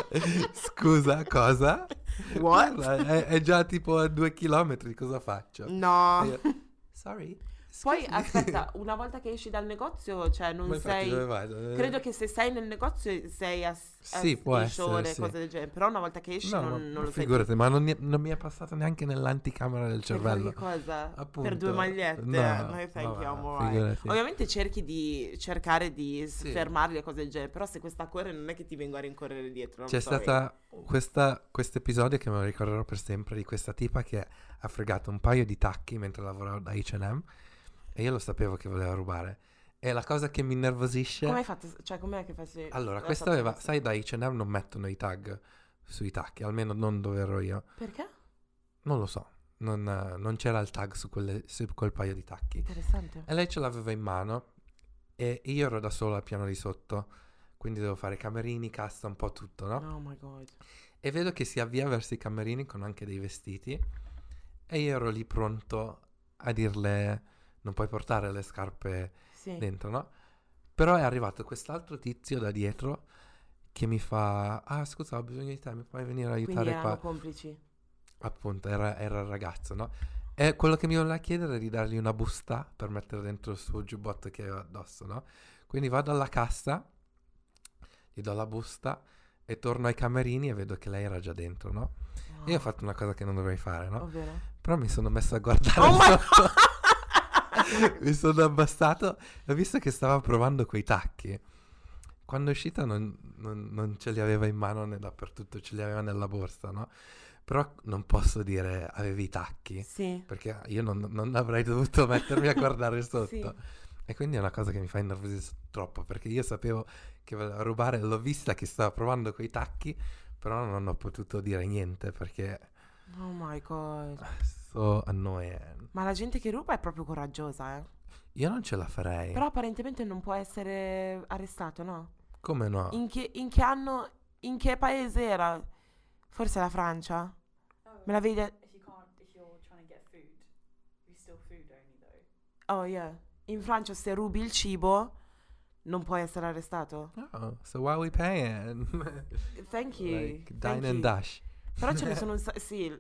Speaker 1: scusa, cosa?
Speaker 2: What?
Speaker 1: Guarda, È, è già tipo a due chilometri, cosa faccio?
Speaker 2: No.
Speaker 1: E io, Sorry.
Speaker 2: Poi
Speaker 1: excuse me."
Speaker 2: aspetta, una volta che esci dal negozio, cioè non
Speaker 1: Ma infatti eh,
Speaker 2: sei.
Speaker 1: dove vado?
Speaker 2: Credo che se sei nel negozio sei a, a
Speaker 1: Sì, può
Speaker 2: striscione,
Speaker 1: essere, sì.
Speaker 2: cose del genere. Però una volta che esci
Speaker 1: No,
Speaker 2: non,
Speaker 1: ma
Speaker 2: non lo sai.
Speaker 1: figurati, ma non, ne- non mi è passata neanche nell'anticamera del
Speaker 2: Per
Speaker 1: cervello.
Speaker 2: qualche cosa?
Speaker 1: Appunto.
Speaker 2: Per due magliette?
Speaker 1: No,
Speaker 2: No, thank
Speaker 1: no,
Speaker 2: you, I'm
Speaker 1: no,
Speaker 2: alright.
Speaker 1: figurati.
Speaker 2: Ovviamente cerchi di cercare di
Speaker 1: Sì.
Speaker 2: fermarli e cose del genere, però se questa corre non è che ti vengo a rincorrere dietro. I'm
Speaker 1: C'è
Speaker 2: sorry.
Speaker 1: stata questa, questo episodio che me lo ricorderò per sempre di questa tipa che ha fregato un paio di tacchi mentre lavorava da H&M e io lo sapevo che voleva rubare. E la cosa che mi innervosisce...
Speaker 2: Come hai fatto? Cioè, com'è che faccio?
Speaker 1: Allora,
Speaker 2: la
Speaker 1: questo
Speaker 2: fatto
Speaker 1: aveva...
Speaker 2: questa?
Speaker 1: Sai, da H&M non mettono i tag sui tacchi, almeno non dove ero io.
Speaker 2: Perché?
Speaker 1: Non lo so, non, eh, non c'era il tag su, quelle- su quel paio di tacchi.
Speaker 2: Interessante.
Speaker 1: E lei ce l'aveva in mano e io ero da solo al piano di sotto, quindi devo fare camerini, cassa, un po' tutto, Eh, no?
Speaker 2: Oh my god.
Speaker 1: E vedo che si avvia verso i camerini con anche dei vestiti e io ero lì pronto a dirle non puoi portare le scarpe
Speaker 2: Sì.
Speaker 1: dentro, no? Però è arrivato quest'altro tizio da dietro che mi fa ah scusa ho bisogno di te, mi puoi venire a
Speaker 2: Quindi
Speaker 1: aiutare
Speaker 2: erano
Speaker 1: qua?
Speaker 2: complici.
Speaker 1: Appunto, era, era il ragazzo, no? E quello che mi voleva chiedere è di dargli una busta per mettere dentro il suo giubbotto che aveva addosso, no? Quindi vado alla cassa, gli do la busta e torno ai camerini e vedo che lei era già dentro, no? E
Speaker 2: Ah.
Speaker 1: Io ho fatto una cosa che non dovrei fare, no?
Speaker 2: Ovvero?
Speaker 1: Però mi sono messo a guardare
Speaker 2: Oh my
Speaker 1: sotto. mi sono abbassato e ho visto che stava provando quei tacchi. Quando è uscita non, non- non ce li aveva in mano né dappertutto, ce li aveva nella borsa, no? Però non posso dire avevi i tacchi,
Speaker 2: Sì.
Speaker 1: perché io non, non avrei dovuto mettermi a guardare sotto.
Speaker 2: Sì.
Speaker 1: E quindi è una cosa che mi fa innervosire s- troppo, perché io sapevo che voleva rubare, l'ho vista che stava provando quei tacchi, però non ho potuto dire niente perché
Speaker 2: Oh my god.
Speaker 1: so annoying.
Speaker 2: Ma la gente che ruba è proprio coraggiosa, eh.
Speaker 1: Io non ce la farei.
Speaker 2: Però apparentemente non può essere arrestato, no?
Speaker 1: Come no?
Speaker 2: In che, in che anno, in che paese era? Forse la Francia? Me l'avevi detto?
Speaker 3: If you can't, if you're trying to Oh, get food, you still food only though.
Speaker 2: Oh yeah. In Francia se rubi il cibo non puoi essere arrestato.
Speaker 1: No, so why we paying?
Speaker 2: Thank you.
Speaker 1: Like, dine
Speaker 2: thank
Speaker 1: and
Speaker 2: you.
Speaker 1: dash.
Speaker 2: Però ce ne sono un sacco, sì,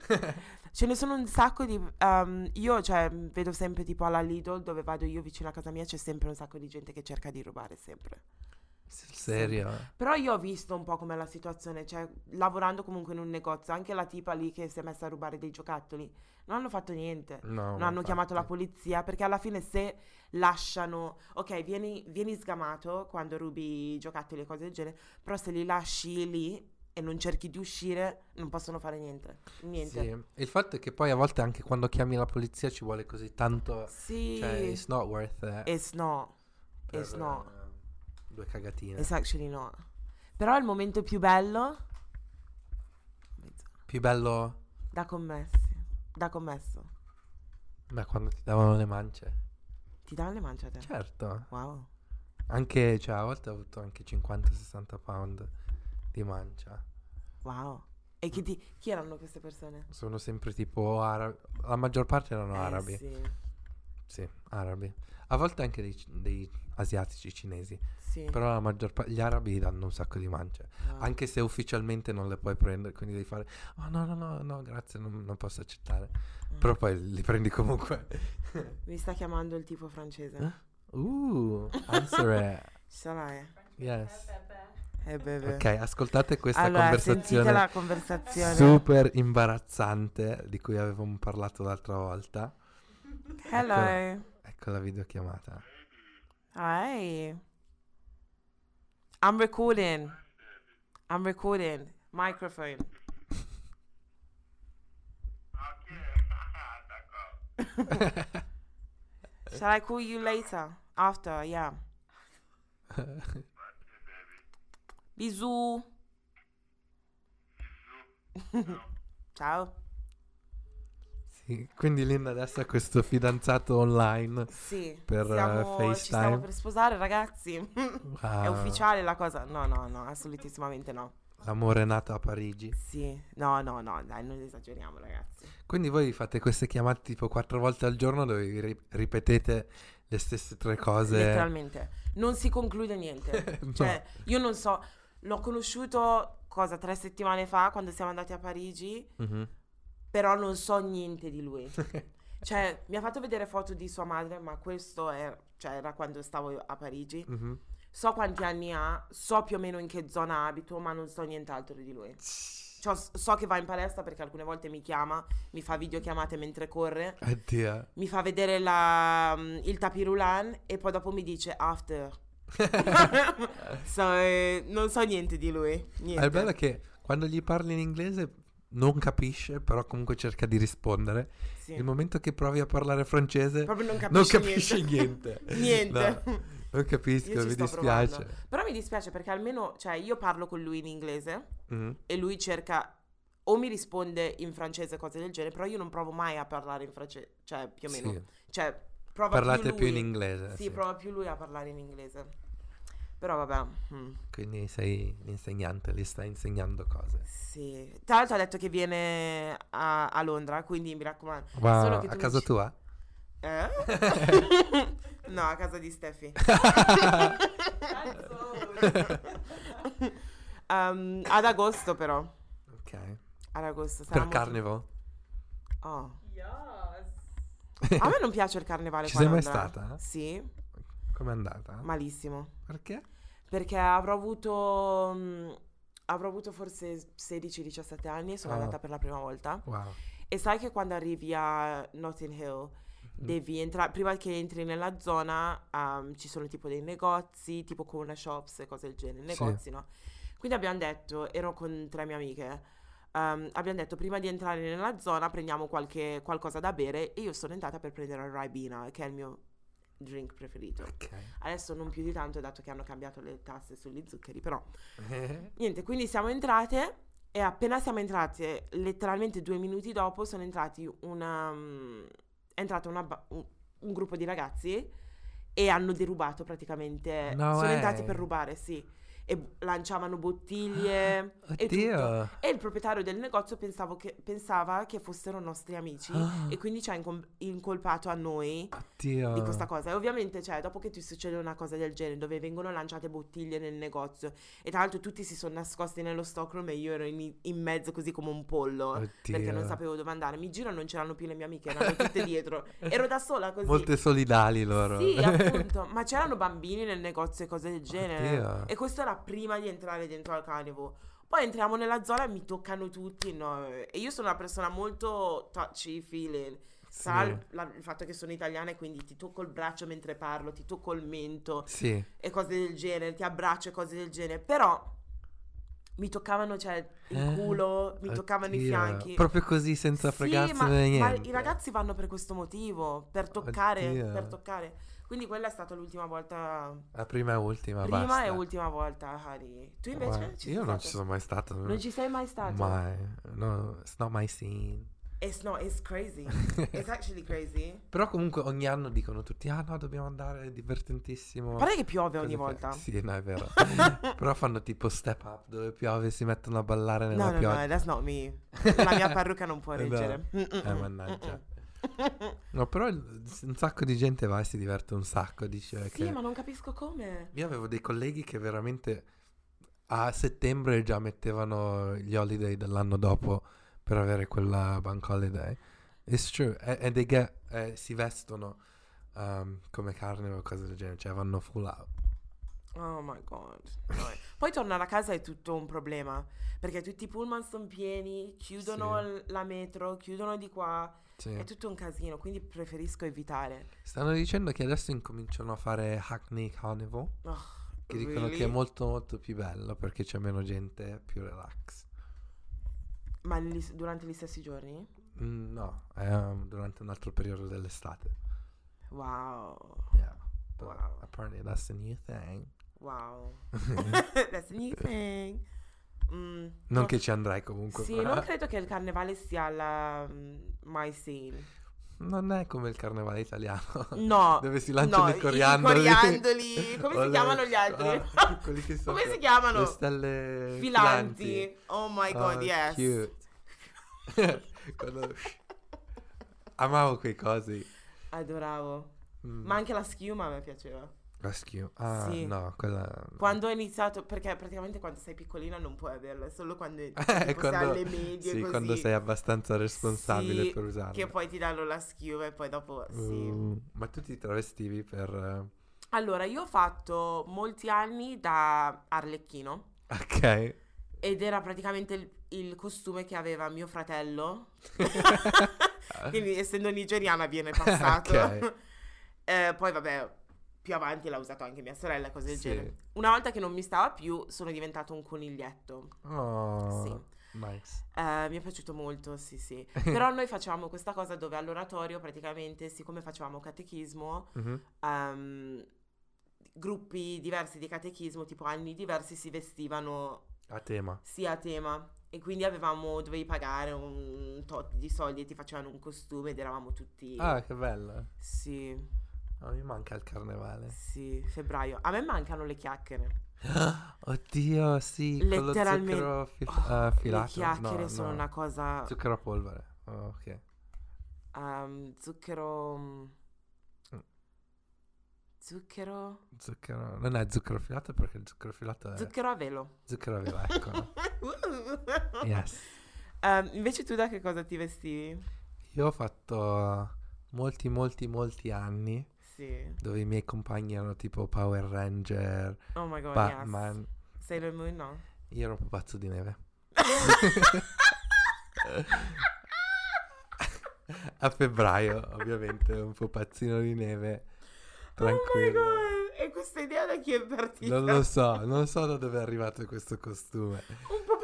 Speaker 2: ce ne sono un sacco di... ehm, io, cioè, vedo sempre tipo alla Lidl, dove vado io vicino a casa mia, c'è sempre un sacco di gente che cerca di rubare, sempre.
Speaker 1: Sul Serio?
Speaker 2: Però io ho visto un po' com'è la situazione, cioè lavorando comunque in un negozio, anche la tipa lì che si è messa a rubare dei giocattoli, non hanno fatto niente.
Speaker 1: No.
Speaker 2: Non hanno chiamato la polizia perché alla fine se lasciano, ok, vieni, vieni sgamato quando rubi i giocattoli e cose del genere, però se li lasci lì e non cerchi di uscire non possono fare niente. Niente.
Speaker 1: Sì. Il fatto è che poi a volte anche quando chiami la polizia ci vuole così tanto...
Speaker 2: Sì.
Speaker 1: Cioè, it's not worth it.
Speaker 2: It's not.
Speaker 1: per,
Speaker 2: it's not.
Speaker 1: eh, due cagatine.
Speaker 2: It's actually not. Però il momento più bello
Speaker 1: Più bello...
Speaker 2: da commessi, da commesso.
Speaker 1: Beh, quando ti davano le mance.
Speaker 2: Ti davano le mance a te?
Speaker 1: Certo.
Speaker 2: Wow.
Speaker 1: Anche, cioè, a volte ho avuto anche 50-60 pound di mancia.
Speaker 2: Wow. E chi, ti- chi erano queste persone?
Speaker 1: Sono sempre tipo arabi. La maggior parte erano
Speaker 2: Eh,
Speaker 1: arabi.
Speaker 2: Sì.
Speaker 1: Sì, arabi. A volte anche dei, c- dei asiatici cinesi.
Speaker 2: sì.
Speaker 1: Però la maggior parte. Gli arabi danno un sacco di mance.
Speaker 2: Wow.
Speaker 1: Anche se ufficialmente non le puoi prendere. Quindi devi fare. Oh no, no, no, no, grazie, non, non posso accettare.
Speaker 2: Mm.
Speaker 1: Però poi li prendi comunque.
Speaker 2: Mi sta chiamando il tipo francese.
Speaker 1: Eh? Uh, answer it.
Speaker 2: Ci sarà, eh?
Speaker 1: Yes.
Speaker 2: Eh, beve.
Speaker 1: Ok, ascoltate questa
Speaker 2: Allora, sentite
Speaker 1: conversazione.
Speaker 2: la conversazione.
Speaker 1: super imbarazzante di cui avevamo parlato l'altra volta.
Speaker 2: Hello.
Speaker 1: Ecco la videochiamata.
Speaker 2: Hi. I'm recording. I'm recording. Microphone. Shall I call you later? After, yeah. Bisous. Ciao.
Speaker 1: Sì, quindi Linda adesso ha questo fidanzato online.
Speaker 2: Sì.
Speaker 1: Per,
Speaker 2: siamo-
Speaker 1: eh,
Speaker 2: Ci stiamo
Speaker 1: FaceTime.
Speaker 2: per sposare, ragazzi. È
Speaker 1: Ah,
Speaker 2: ufficiale la cosa? No, no, no, assolutissimamente no.
Speaker 1: L'amore è nato a Parigi.
Speaker 2: Sì. No, no, no, dai, non esageriamo, ragazzi.
Speaker 1: Quindi voi fate queste chiamate tipo quattro volte al giorno dove vi ri- ripetete le stesse tre cose.
Speaker 2: Letteralmente. Non si conclude niente. Cioè, io non so, l'ho conosciuto cosa tre settimane fa quando siamo andati a Parigi,
Speaker 1: Mhm.
Speaker 2: però non so niente di lui. Cioè, mi ha fatto vedere foto di sua madre, ma questo è- cioè, era quando stavo a Parigi.
Speaker 1: Mhm.
Speaker 2: So quanti anni ha, so più o meno in che zona abito, ma non so nient'altro di lui. Cioè, s- so che va in palestra perché alcune volte mi chiama, mi fa videochiamate mentre corre,
Speaker 1: Oddio.
Speaker 2: mi fa vedere la- mm, il tapirulan e poi dopo mi dice after. So, eh, non so niente di lui. Niente.
Speaker 1: È bello che quando gli parli in inglese non capisce, però comunque cerca di rispondere.
Speaker 2: Sì.
Speaker 1: Il momento che provi a parlare francese,
Speaker 2: Proprio non
Speaker 1: non
Speaker 2: capisci
Speaker 1: capisce niente.
Speaker 2: niente.
Speaker 1: No, non
Speaker 2: Io
Speaker 1: capisco,
Speaker 2: ci
Speaker 1: mi
Speaker 2: sto
Speaker 1: dispiace.
Speaker 2: provando. Però mi dispiace perché almeno, cioè, io parlo con lui in inglese
Speaker 1: Mhm.
Speaker 2: e lui cerca o mi risponde in francese cose del genere, però io non provo mai a parlare in francese, cioè più o meno.
Speaker 1: Sì.
Speaker 2: Cioè, prova
Speaker 1: Parlate
Speaker 2: più,
Speaker 1: più
Speaker 2: lui.
Speaker 1: in inglese.
Speaker 2: Sì,
Speaker 1: Eh, sì.
Speaker 2: prova più lui a parlare in inglese. Però vabbè. mm,
Speaker 1: Quindi sei l'insegnante, gli stai insegnando cose.
Speaker 2: Sì. Tra l'altro ha detto che viene a, a Londra, quindi mi raccomando.
Speaker 1: Wow,
Speaker 2: Solo che
Speaker 1: a
Speaker 2: tu
Speaker 1: casa
Speaker 2: dici-
Speaker 1: tua?
Speaker 2: Eh? no, a casa di Steffi. Um, ad agosto però.
Speaker 1: Ok.
Speaker 2: Ad agosto sarà
Speaker 1: Per
Speaker 2: molto-
Speaker 1: Carnival?
Speaker 2: Oh.
Speaker 3: Yes.
Speaker 2: A me non piace il carnevale.
Speaker 1: Ci
Speaker 2: qua
Speaker 1: sei
Speaker 2: a
Speaker 1: mai
Speaker 2: Londra.
Speaker 1: stata? Ah.
Speaker 2: Sì,
Speaker 1: Com'è andata?
Speaker 2: malissimo.
Speaker 1: Perché?
Speaker 2: Perché avrò avuto... mm, avrò avuto forse 16-17 anni e sono
Speaker 1: Ah.
Speaker 2: andata per la prima volta.
Speaker 1: Wow.
Speaker 2: E sai che quando arrivi a Notting Hill devi entrare, prima che entri nella zona ehm, ci sono tipo dei negozi, tipo corner shops e cose del genere,
Speaker 1: Sì.
Speaker 2: negozi no? Quindi abbiamo detto, ero con tre mie amiche, ehm, abbiamo detto prima di entrare nella zona prendiamo qualche, qualcosa da bere e io sono entrata per prendere il Ribena che è il mio drink preferito.
Speaker 1: Ok.
Speaker 2: Adesso non più di tanto dato che hanno cambiato le tasse sugli zuccheri, però Niente, quindi siamo entrate e appena siamo entrate, letteralmente due minuti dopo, sono entrati una... mm, è entrato una ba- un, un gruppo di ragazzi e hanno derubato praticamente...
Speaker 1: No
Speaker 2: sono
Speaker 1: way.
Speaker 2: entrati per rubare, sì. E b- lanciavano bottiglie e tutto.
Speaker 1: Oddio.
Speaker 2: E il proprietario del negozio pensavo che- pensava che fossero nostri amici
Speaker 1: Ah.
Speaker 2: e quindi ci ha incom- incolpato a noi
Speaker 1: Oddio.
Speaker 2: di questa cosa. E ovviamente, cioè, dopo che ti succede una cosa del genere, dove vengono lanciate bottiglie nel negozio, e tra l'altro tutti si sono nascosti nello stockroom e io ero in, in mezzo così come un pollo.
Speaker 1: Oddio.
Speaker 2: Perché non sapevo dove andare. Mi giro e non c'erano più le mie amiche, erano tutte dietro. Ero da sola così.
Speaker 1: Molte solidali loro.
Speaker 2: Sì, appunto. Ma c'erano bambini nel negozio e cose del genere.
Speaker 1: Oddio.
Speaker 2: E questo era prima di entrare dentro al carnivo. Poi entriamo nella zona e mi toccano tutti. no? E io sono una persona molto touchy feeling.
Speaker 1: Sì.
Speaker 2: Sarà il- la- il fatto che sono italiana e quindi ti tocco il braccio mentre parlo, ti tocco il mento
Speaker 1: Sì.
Speaker 2: e cose del genere, ti abbraccio e cose del genere. Però mi toccavano, cioè, il
Speaker 1: Eh,
Speaker 2: culo, mi toccavano i
Speaker 1: Oddio.
Speaker 2: fianchi.
Speaker 1: Proprio così, senza
Speaker 2: Sì, ma,
Speaker 1: fregarsene
Speaker 2: ma
Speaker 1: niente.
Speaker 2: i ragazzi vanno per questo motivo, per toccare,
Speaker 1: Oddio.
Speaker 2: per toccare. Quindi quella è stata l'ultima volta,
Speaker 1: La prima e ultima,
Speaker 2: prima
Speaker 1: basta.
Speaker 2: e ultima volta, Hari. Tu invece?
Speaker 1: Guarda,
Speaker 2: ci sei
Speaker 1: Io non
Speaker 2: stato?
Speaker 1: ci sono mai stato.
Speaker 2: Non ci sei mai stato?
Speaker 1: Mai. No, it's not my scene.
Speaker 2: It's not, it's crazy. It's actually crazy.
Speaker 1: Però comunque ogni anno dicono tutti, ah no, dobbiamo andare, è divertentissimo.
Speaker 2: A parte che piove ogni
Speaker 1: Cosa che-
Speaker 2: volta.
Speaker 1: Sì, no, è vero. Però fanno tipo step up dove piove, si mettono a ballare
Speaker 2: No,
Speaker 1: nella
Speaker 2: no, no,
Speaker 1: pioggia.
Speaker 2: that's not me. La mia parrucca non può
Speaker 1: No.
Speaker 2: reggere. Mm-mm.
Speaker 1: Eh, mannaggia.
Speaker 2: mm,
Speaker 1: No, però il- un sacco di gente va e si diverte un sacco. Dice
Speaker 2: Sì,
Speaker 1: che...
Speaker 2: ma non capisco come.
Speaker 1: Io avevo dei colleghi che veramente a settembre già mettevano gli holiday dell'anno dopo per avere quella bank holiday. It's true. E, e they get- eh, si vestono um, come carne o cose del genere, cioè vanno full out.
Speaker 2: Oh my god. No, eh. Poi tornare a casa è tutto un problema. Perché tutti i pullman sono pieni, chiudono
Speaker 1: Sì.
Speaker 2: l- la metro, chiudono di qua.
Speaker 1: Sì.
Speaker 2: È tutto un casino, quindi preferisco evitare.
Speaker 1: Stanno dicendo che adesso incominciano a fare Hackney Carnival,
Speaker 2: Oh,
Speaker 1: che dicono
Speaker 2: really?
Speaker 1: che è molto molto più bello perché c'è meno gente, più relax.
Speaker 2: Ma gli- durante gli stessi giorni?
Speaker 1: Mm, no, è um, durante un altro periodo dell'estate.
Speaker 2: Wow.
Speaker 1: Yeah. But
Speaker 2: Wow.
Speaker 1: apparently that's a new thing.
Speaker 2: Wow. That's a new thing. Mm,
Speaker 1: Non
Speaker 2: no-
Speaker 1: che eh. ci andrai comunque.
Speaker 2: Sì,
Speaker 1: però.
Speaker 2: non credo che il carnevale sia la mm, My Sale.
Speaker 1: Non è come il carnevale italiano.
Speaker 2: No.
Speaker 1: Dove si lanciano
Speaker 2: no,
Speaker 1: i coriandoli.
Speaker 2: i coriandoli. Come
Speaker 1: O
Speaker 2: si
Speaker 1: le-
Speaker 2: chiamano gli altri?
Speaker 1: Ah, quelli che sono
Speaker 2: Come si
Speaker 1: Le
Speaker 2: chiamano?
Speaker 1: stelle filanti.
Speaker 2: Filanti. Oh my god,
Speaker 1: Oh,
Speaker 2: yes.
Speaker 1: Cute. Quando- Amavo quei cosi.
Speaker 2: Adoravo.
Speaker 1: Mm.
Speaker 2: Ma anche la schiuma mi piaceva.
Speaker 1: Rescue. Ah,
Speaker 2: Sì.
Speaker 1: no, quella...
Speaker 2: Quando ho iniziato, perché praticamente quando sei piccolina non puoi averla, è solo quando tipo,
Speaker 1: Eh,
Speaker 2: sei
Speaker 1: quando-
Speaker 2: alle medie
Speaker 1: sì,
Speaker 2: così.
Speaker 1: quando sei abbastanza responsabile
Speaker 2: Sì,
Speaker 1: per usarla.
Speaker 2: Che poi ti danno la schiuma e poi dopo sì.
Speaker 1: Mm, ma tu ti travestivi per... eh,
Speaker 2: Allora, io ho fatto molti anni da Arlecchino
Speaker 1: Ok.
Speaker 2: ed era praticamente il, il costume che aveva mio fratello. Quindi essendo nigeriana viene passato.
Speaker 1: Ok.
Speaker 2: Eh, poi vabbè, più avanti l'ha usato anche mia sorella, cose del
Speaker 1: Sì.
Speaker 2: genere. Una volta che non mi stava più, sono diventato un coniglietto.
Speaker 1: Oh,
Speaker 2: Sì.
Speaker 1: nice.
Speaker 2: Eh, mi è piaciuto molto, sì, sì. Però noi facevamo questa cosa dove all'oratorio praticamente, siccome facevamo catechismo,
Speaker 1: Mhm.
Speaker 2: ehm, gruppi diversi di catechismo, tipo anni diversi, si vestivano
Speaker 1: A tema.
Speaker 2: sia a tema. E quindi avevamo, dovevi pagare un tot di soldi e ti facevano un costume ed eravamo tutti...
Speaker 1: Ah, che bello.
Speaker 2: Sì,
Speaker 1: Ah, mi manca il carnevale.
Speaker 2: sì, febbraio. A me mancano le chiacchiere.
Speaker 1: Oddio, sì, con lo
Speaker 2: Letteralmente-
Speaker 1: zucchero fi-
Speaker 2: Oh,
Speaker 1: eh,
Speaker 2: le
Speaker 1: filato.
Speaker 2: chiacchiere
Speaker 1: No,
Speaker 2: sono
Speaker 1: no.
Speaker 2: una cosa...
Speaker 1: Zucchero a polvere. Oh, ok.
Speaker 2: ehm, zucchero... mm.
Speaker 1: Mm.
Speaker 2: Zucchero...
Speaker 1: Zucchero... Non è zucchero filato perché il zucchero filato è
Speaker 2: Zucchero a velo.
Speaker 1: zucchero a velo, ecco. yes.
Speaker 2: Ehm, invece tu da che cosa ti vestivi?
Speaker 1: Io ho fatto molti, molti, molti anni
Speaker 2: Sì.
Speaker 1: dove i miei compagni erano tipo Power Ranger,
Speaker 2: Oh my god,
Speaker 1: Batman.
Speaker 2: yes. Sailor Moon no?
Speaker 1: Io ero un pazzo di neve. A febbraio, ovviamente, un pupazzino di neve. Tranquillo.
Speaker 2: Oh my god, e questa idea da chi è partita?
Speaker 1: Esatto, non lo so, non so da dove è arrivato questo costume.
Speaker 2: Un po'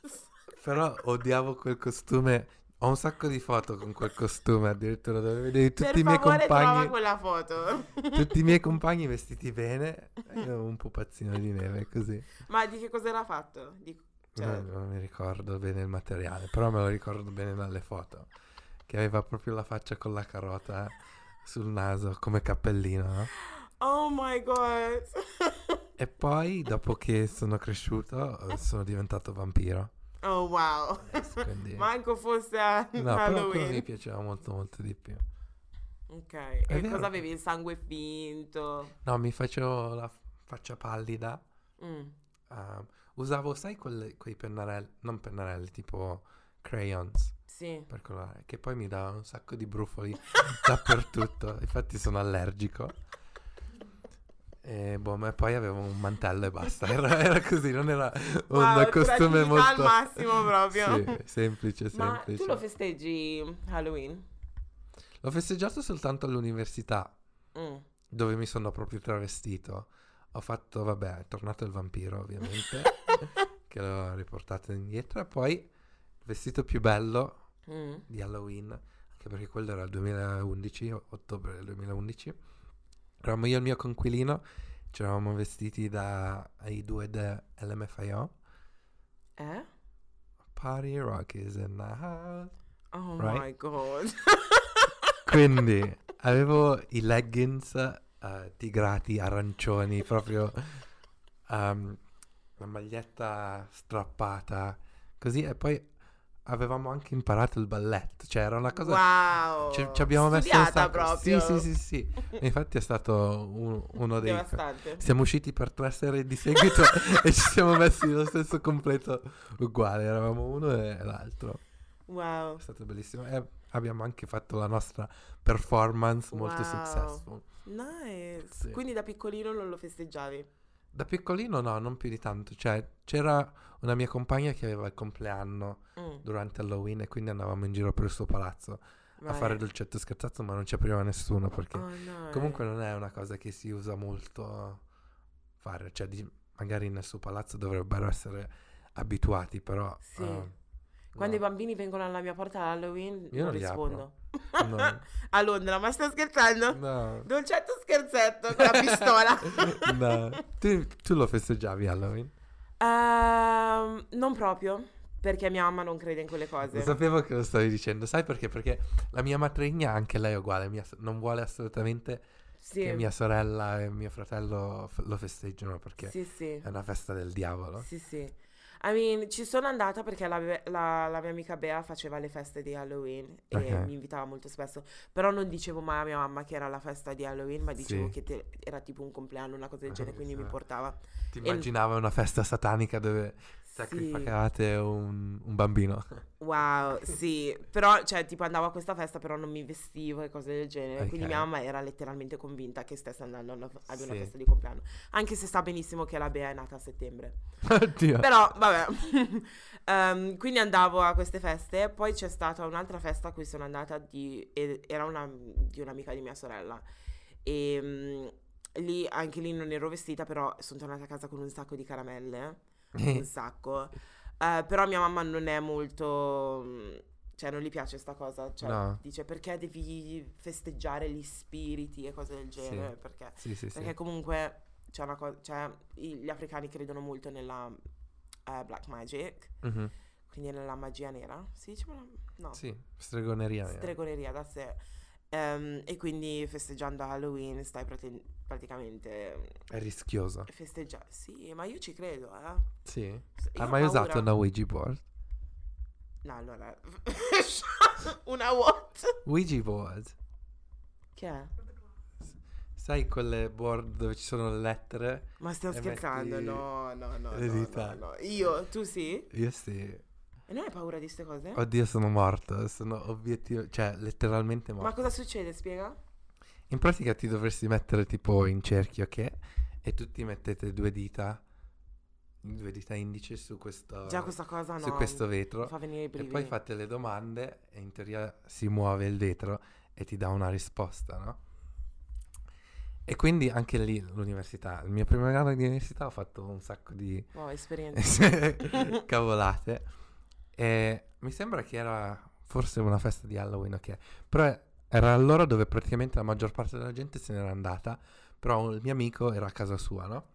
Speaker 2: pazzo.
Speaker 1: Però odiavo quel costume. Ho un sacco di foto con quel costume, addirittura dove vedevi tutti
Speaker 2: per
Speaker 1: i miei
Speaker 2: favore trova
Speaker 1: compagni.
Speaker 2: quella foto.
Speaker 1: Tutti i miei compagni vestiti bene. e Io un pupazzino di neve, così.
Speaker 2: Ma di che cosa era fatto? Di- cioè,
Speaker 1: No, non mi ricordo bene il materiale, però me lo ricordo bene dalle foto. Che aveva proprio la faccia con la carota sul naso come cappellino. no?
Speaker 2: Oh my god.
Speaker 1: E poi, dopo che sono cresciuto, eh, sono diventato vampiro.
Speaker 2: Oh wow.
Speaker 1: Quindi...
Speaker 2: Manco fosse a
Speaker 1: No, però quello mi
Speaker 2: Halloween.
Speaker 1: piaceva molto molto di più.
Speaker 2: Ok. E
Speaker 1: vero.
Speaker 2: cosa avevi? Il sangue finto?
Speaker 1: No, mi facevo la faccia pallida.
Speaker 2: Mm.
Speaker 1: ehm, usavo, sai, quelle- quei pennarelli, non pennarelli, tipo crayons.
Speaker 2: Sì.
Speaker 1: per colorare, che poi mi dava un sacco di brufoli dappertutto. Infatti sono allergico. E boh, ma poi avevo un mantello e basta. Era, era così, non era un
Speaker 2: Wow,
Speaker 1: costume
Speaker 2: creatività al
Speaker 1: molto
Speaker 2: massimo proprio.
Speaker 1: Sì, semplice,
Speaker 2: Ma
Speaker 1: semplice.
Speaker 2: tu lo festeggi Halloween?
Speaker 1: L'ho festeggiato soltanto all'università,
Speaker 2: Mm.
Speaker 1: dove mi sono proprio travestito. Ho fatto, vabbè, è tornato il vampiro, ovviamente, che l'ho riportato indietro. E poi il vestito più bello
Speaker 2: Mm.
Speaker 1: di Halloween, anche perché quello era il 2011, o- ottobre del 2011. Eravamo io e il mio conquilino, ci eravamo vestiti da i due dell'MFIO.
Speaker 2: Eh?
Speaker 1: Party Rock is in the house.
Speaker 2: Oh
Speaker 1: Right.
Speaker 2: my god.
Speaker 1: Quindi avevo i leggings eh, tigrati, arancioni, proprio ehm, la maglietta strappata, così e poi avevamo anche imparato il balletto, cioè era una cosa
Speaker 2: wow.
Speaker 1: ci, ci abbiamo messo un
Speaker 2: Studiata
Speaker 1: sacco.
Speaker 2: proprio.
Speaker 1: Sì, sì, sì, sì. E Infatti è stato un- uno dei
Speaker 2: Devastante.
Speaker 1: siamo usciti per tre sere di seguito e ci siamo messi lo stesso completo uguale, eravamo uno e l'altro.
Speaker 2: Wow.
Speaker 1: È stato bellissimo. E abbiamo anche fatto la nostra performance molto
Speaker 2: Wow.
Speaker 1: successful.
Speaker 2: Nice.
Speaker 1: Sì.
Speaker 2: Quindi da piccolino non lo festeggiavi.
Speaker 1: Da piccolino no, non più di tanto. Cioè, c'era una mia compagna che aveva il compleanno
Speaker 2: Mm,
Speaker 1: durante Halloween e quindi andavamo in giro per il suo palazzo a
Speaker 2: vai.
Speaker 1: fare il dolcetto scherzato, ma non ci apriva nessuno perché
Speaker 2: Oh, no.
Speaker 1: comunque non è una cosa che si usa molto fare. Cioè, di- magari nel suo palazzo dovrebbero essere abituati, però...
Speaker 2: Sì.
Speaker 1: eh,
Speaker 2: Quando i
Speaker 1: no.
Speaker 2: bambini vengono alla mia porta ad Halloween,
Speaker 1: Io
Speaker 2: non
Speaker 1: non li apro.
Speaker 2: rispondo.
Speaker 1: No.
Speaker 2: A Londra, ma sta scherzando?
Speaker 1: No.
Speaker 2: Dolcetto scherzetto con la pistola.
Speaker 1: no. Tu, tu lo festeggiavi Halloween?
Speaker 2: Ehm, non proprio, perché mia mamma non crede in quelle
Speaker 1: Lo
Speaker 2: cose.
Speaker 1: sapevo che lo stavi dicendo, sai perché? Perché la mia matrigna, anche lei è uguale, mia so- non vuole assolutamente
Speaker 2: sì.
Speaker 1: che mia sorella e mio fratello f- lo festeggino perché
Speaker 2: sì, sì.
Speaker 1: è una festa del diavolo.
Speaker 2: Sì, sì. I mean, ci sono andata perché la, Be- la- la mia amica Bea faceva le feste di Halloween e
Speaker 1: Ok.
Speaker 2: mi invitava molto spesso. Però non dicevo mai a mia mamma che era la festa di Halloween, ma dicevo
Speaker 1: Sì.
Speaker 2: che te- era tipo un compleanno, una cosa del
Speaker 1: Ah,
Speaker 2: genere, quindi mi
Speaker 1: sì.
Speaker 2: portava.
Speaker 1: Ti immaginavo una festa satanica dove sacrificavate un, un bambino.
Speaker 2: Wow, sì, però cioè tipo andavo a questa festa però non mi vestivo e cose del genere, quindi
Speaker 1: Ok.
Speaker 2: mia mamma era letteralmente convinta che stesse andando a una- ad una
Speaker 1: Sì.
Speaker 2: festa di compleanno, anche se sa benissimo che la Bea è nata a settembre.
Speaker 1: Oddio.
Speaker 2: Però vabbè, Ehm, quindi andavo a queste feste, poi c'è stata un'altra festa a cui sono andata, di, e- era una, di un'amica di mia sorella e mm, lì anche lì non ero vestita, però sono tornata a casa con un sacco di caramelle un sacco. Eh, però mia mamma non è molto. mm, Cioè, non gli piace sta cosa. Cioè,
Speaker 1: No.
Speaker 2: dice perché devi festeggiare gli spiriti e cose del genere. Perché?
Speaker 1: sì, sì, sì.
Speaker 2: Perché comunque c'è una cosa. Cioè, i- gli africani credono molto nella eh, black magic.
Speaker 1: Mhm.
Speaker 2: Quindi nella magia nera. Si dice? ma- No.
Speaker 1: Sì, stregoneria. eh.
Speaker 2: Stregoneria da sé. Ehm, e quindi festeggiando Halloween stai prati- praticamente
Speaker 1: È rischioso.
Speaker 2: festeggiando. Sì, ma io ci credo, eh.
Speaker 1: Sì.
Speaker 2: S- io
Speaker 1: Hai
Speaker 2: ho
Speaker 1: mai usato
Speaker 2: paura.
Speaker 1: una Ouija board?
Speaker 2: No, allora. una what?
Speaker 1: Ouija board.
Speaker 2: Che è?
Speaker 1: Sai quelle board dove ci sono le lettere?
Speaker 2: Ma stiamo
Speaker 1: E
Speaker 2: scherzando?
Speaker 1: Eh, metti
Speaker 2: No, no, no.
Speaker 1: le
Speaker 2: no,
Speaker 1: dita.
Speaker 2: no, no. Io, tu sì?
Speaker 1: Io sì.
Speaker 2: E non hai paura di queste cose?
Speaker 1: Oddio, sono morto. Sono obiettivo, cioè letteralmente
Speaker 2: Ma
Speaker 1: morto.
Speaker 2: cosa succede? Spiega?
Speaker 1: In pratica ti dovresti mettere tipo in cerchio che e tutti mettete due dita, due dita indice su questo,
Speaker 2: Già questa cosa no.
Speaker 1: su questo
Speaker 2: mi
Speaker 1: vetro
Speaker 2: fa venire i
Speaker 1: e
Speaker 2: brividi.
Speaker 1: poi fate le domande e in teoria si muove il vetro e ti dà una risposta, no? E quindi anche lì l'università, il mio primo anno di università ho fatto un sacco di
Speaker 2: Wow, Oh, esperienza.
Speaker 1: cavolate. E mi sembra che era forse una festa di Halloween, ok. Però era allora dove praticamente la maggior parte della gente se n'era andata. Però il mio amico era a casa sua, no?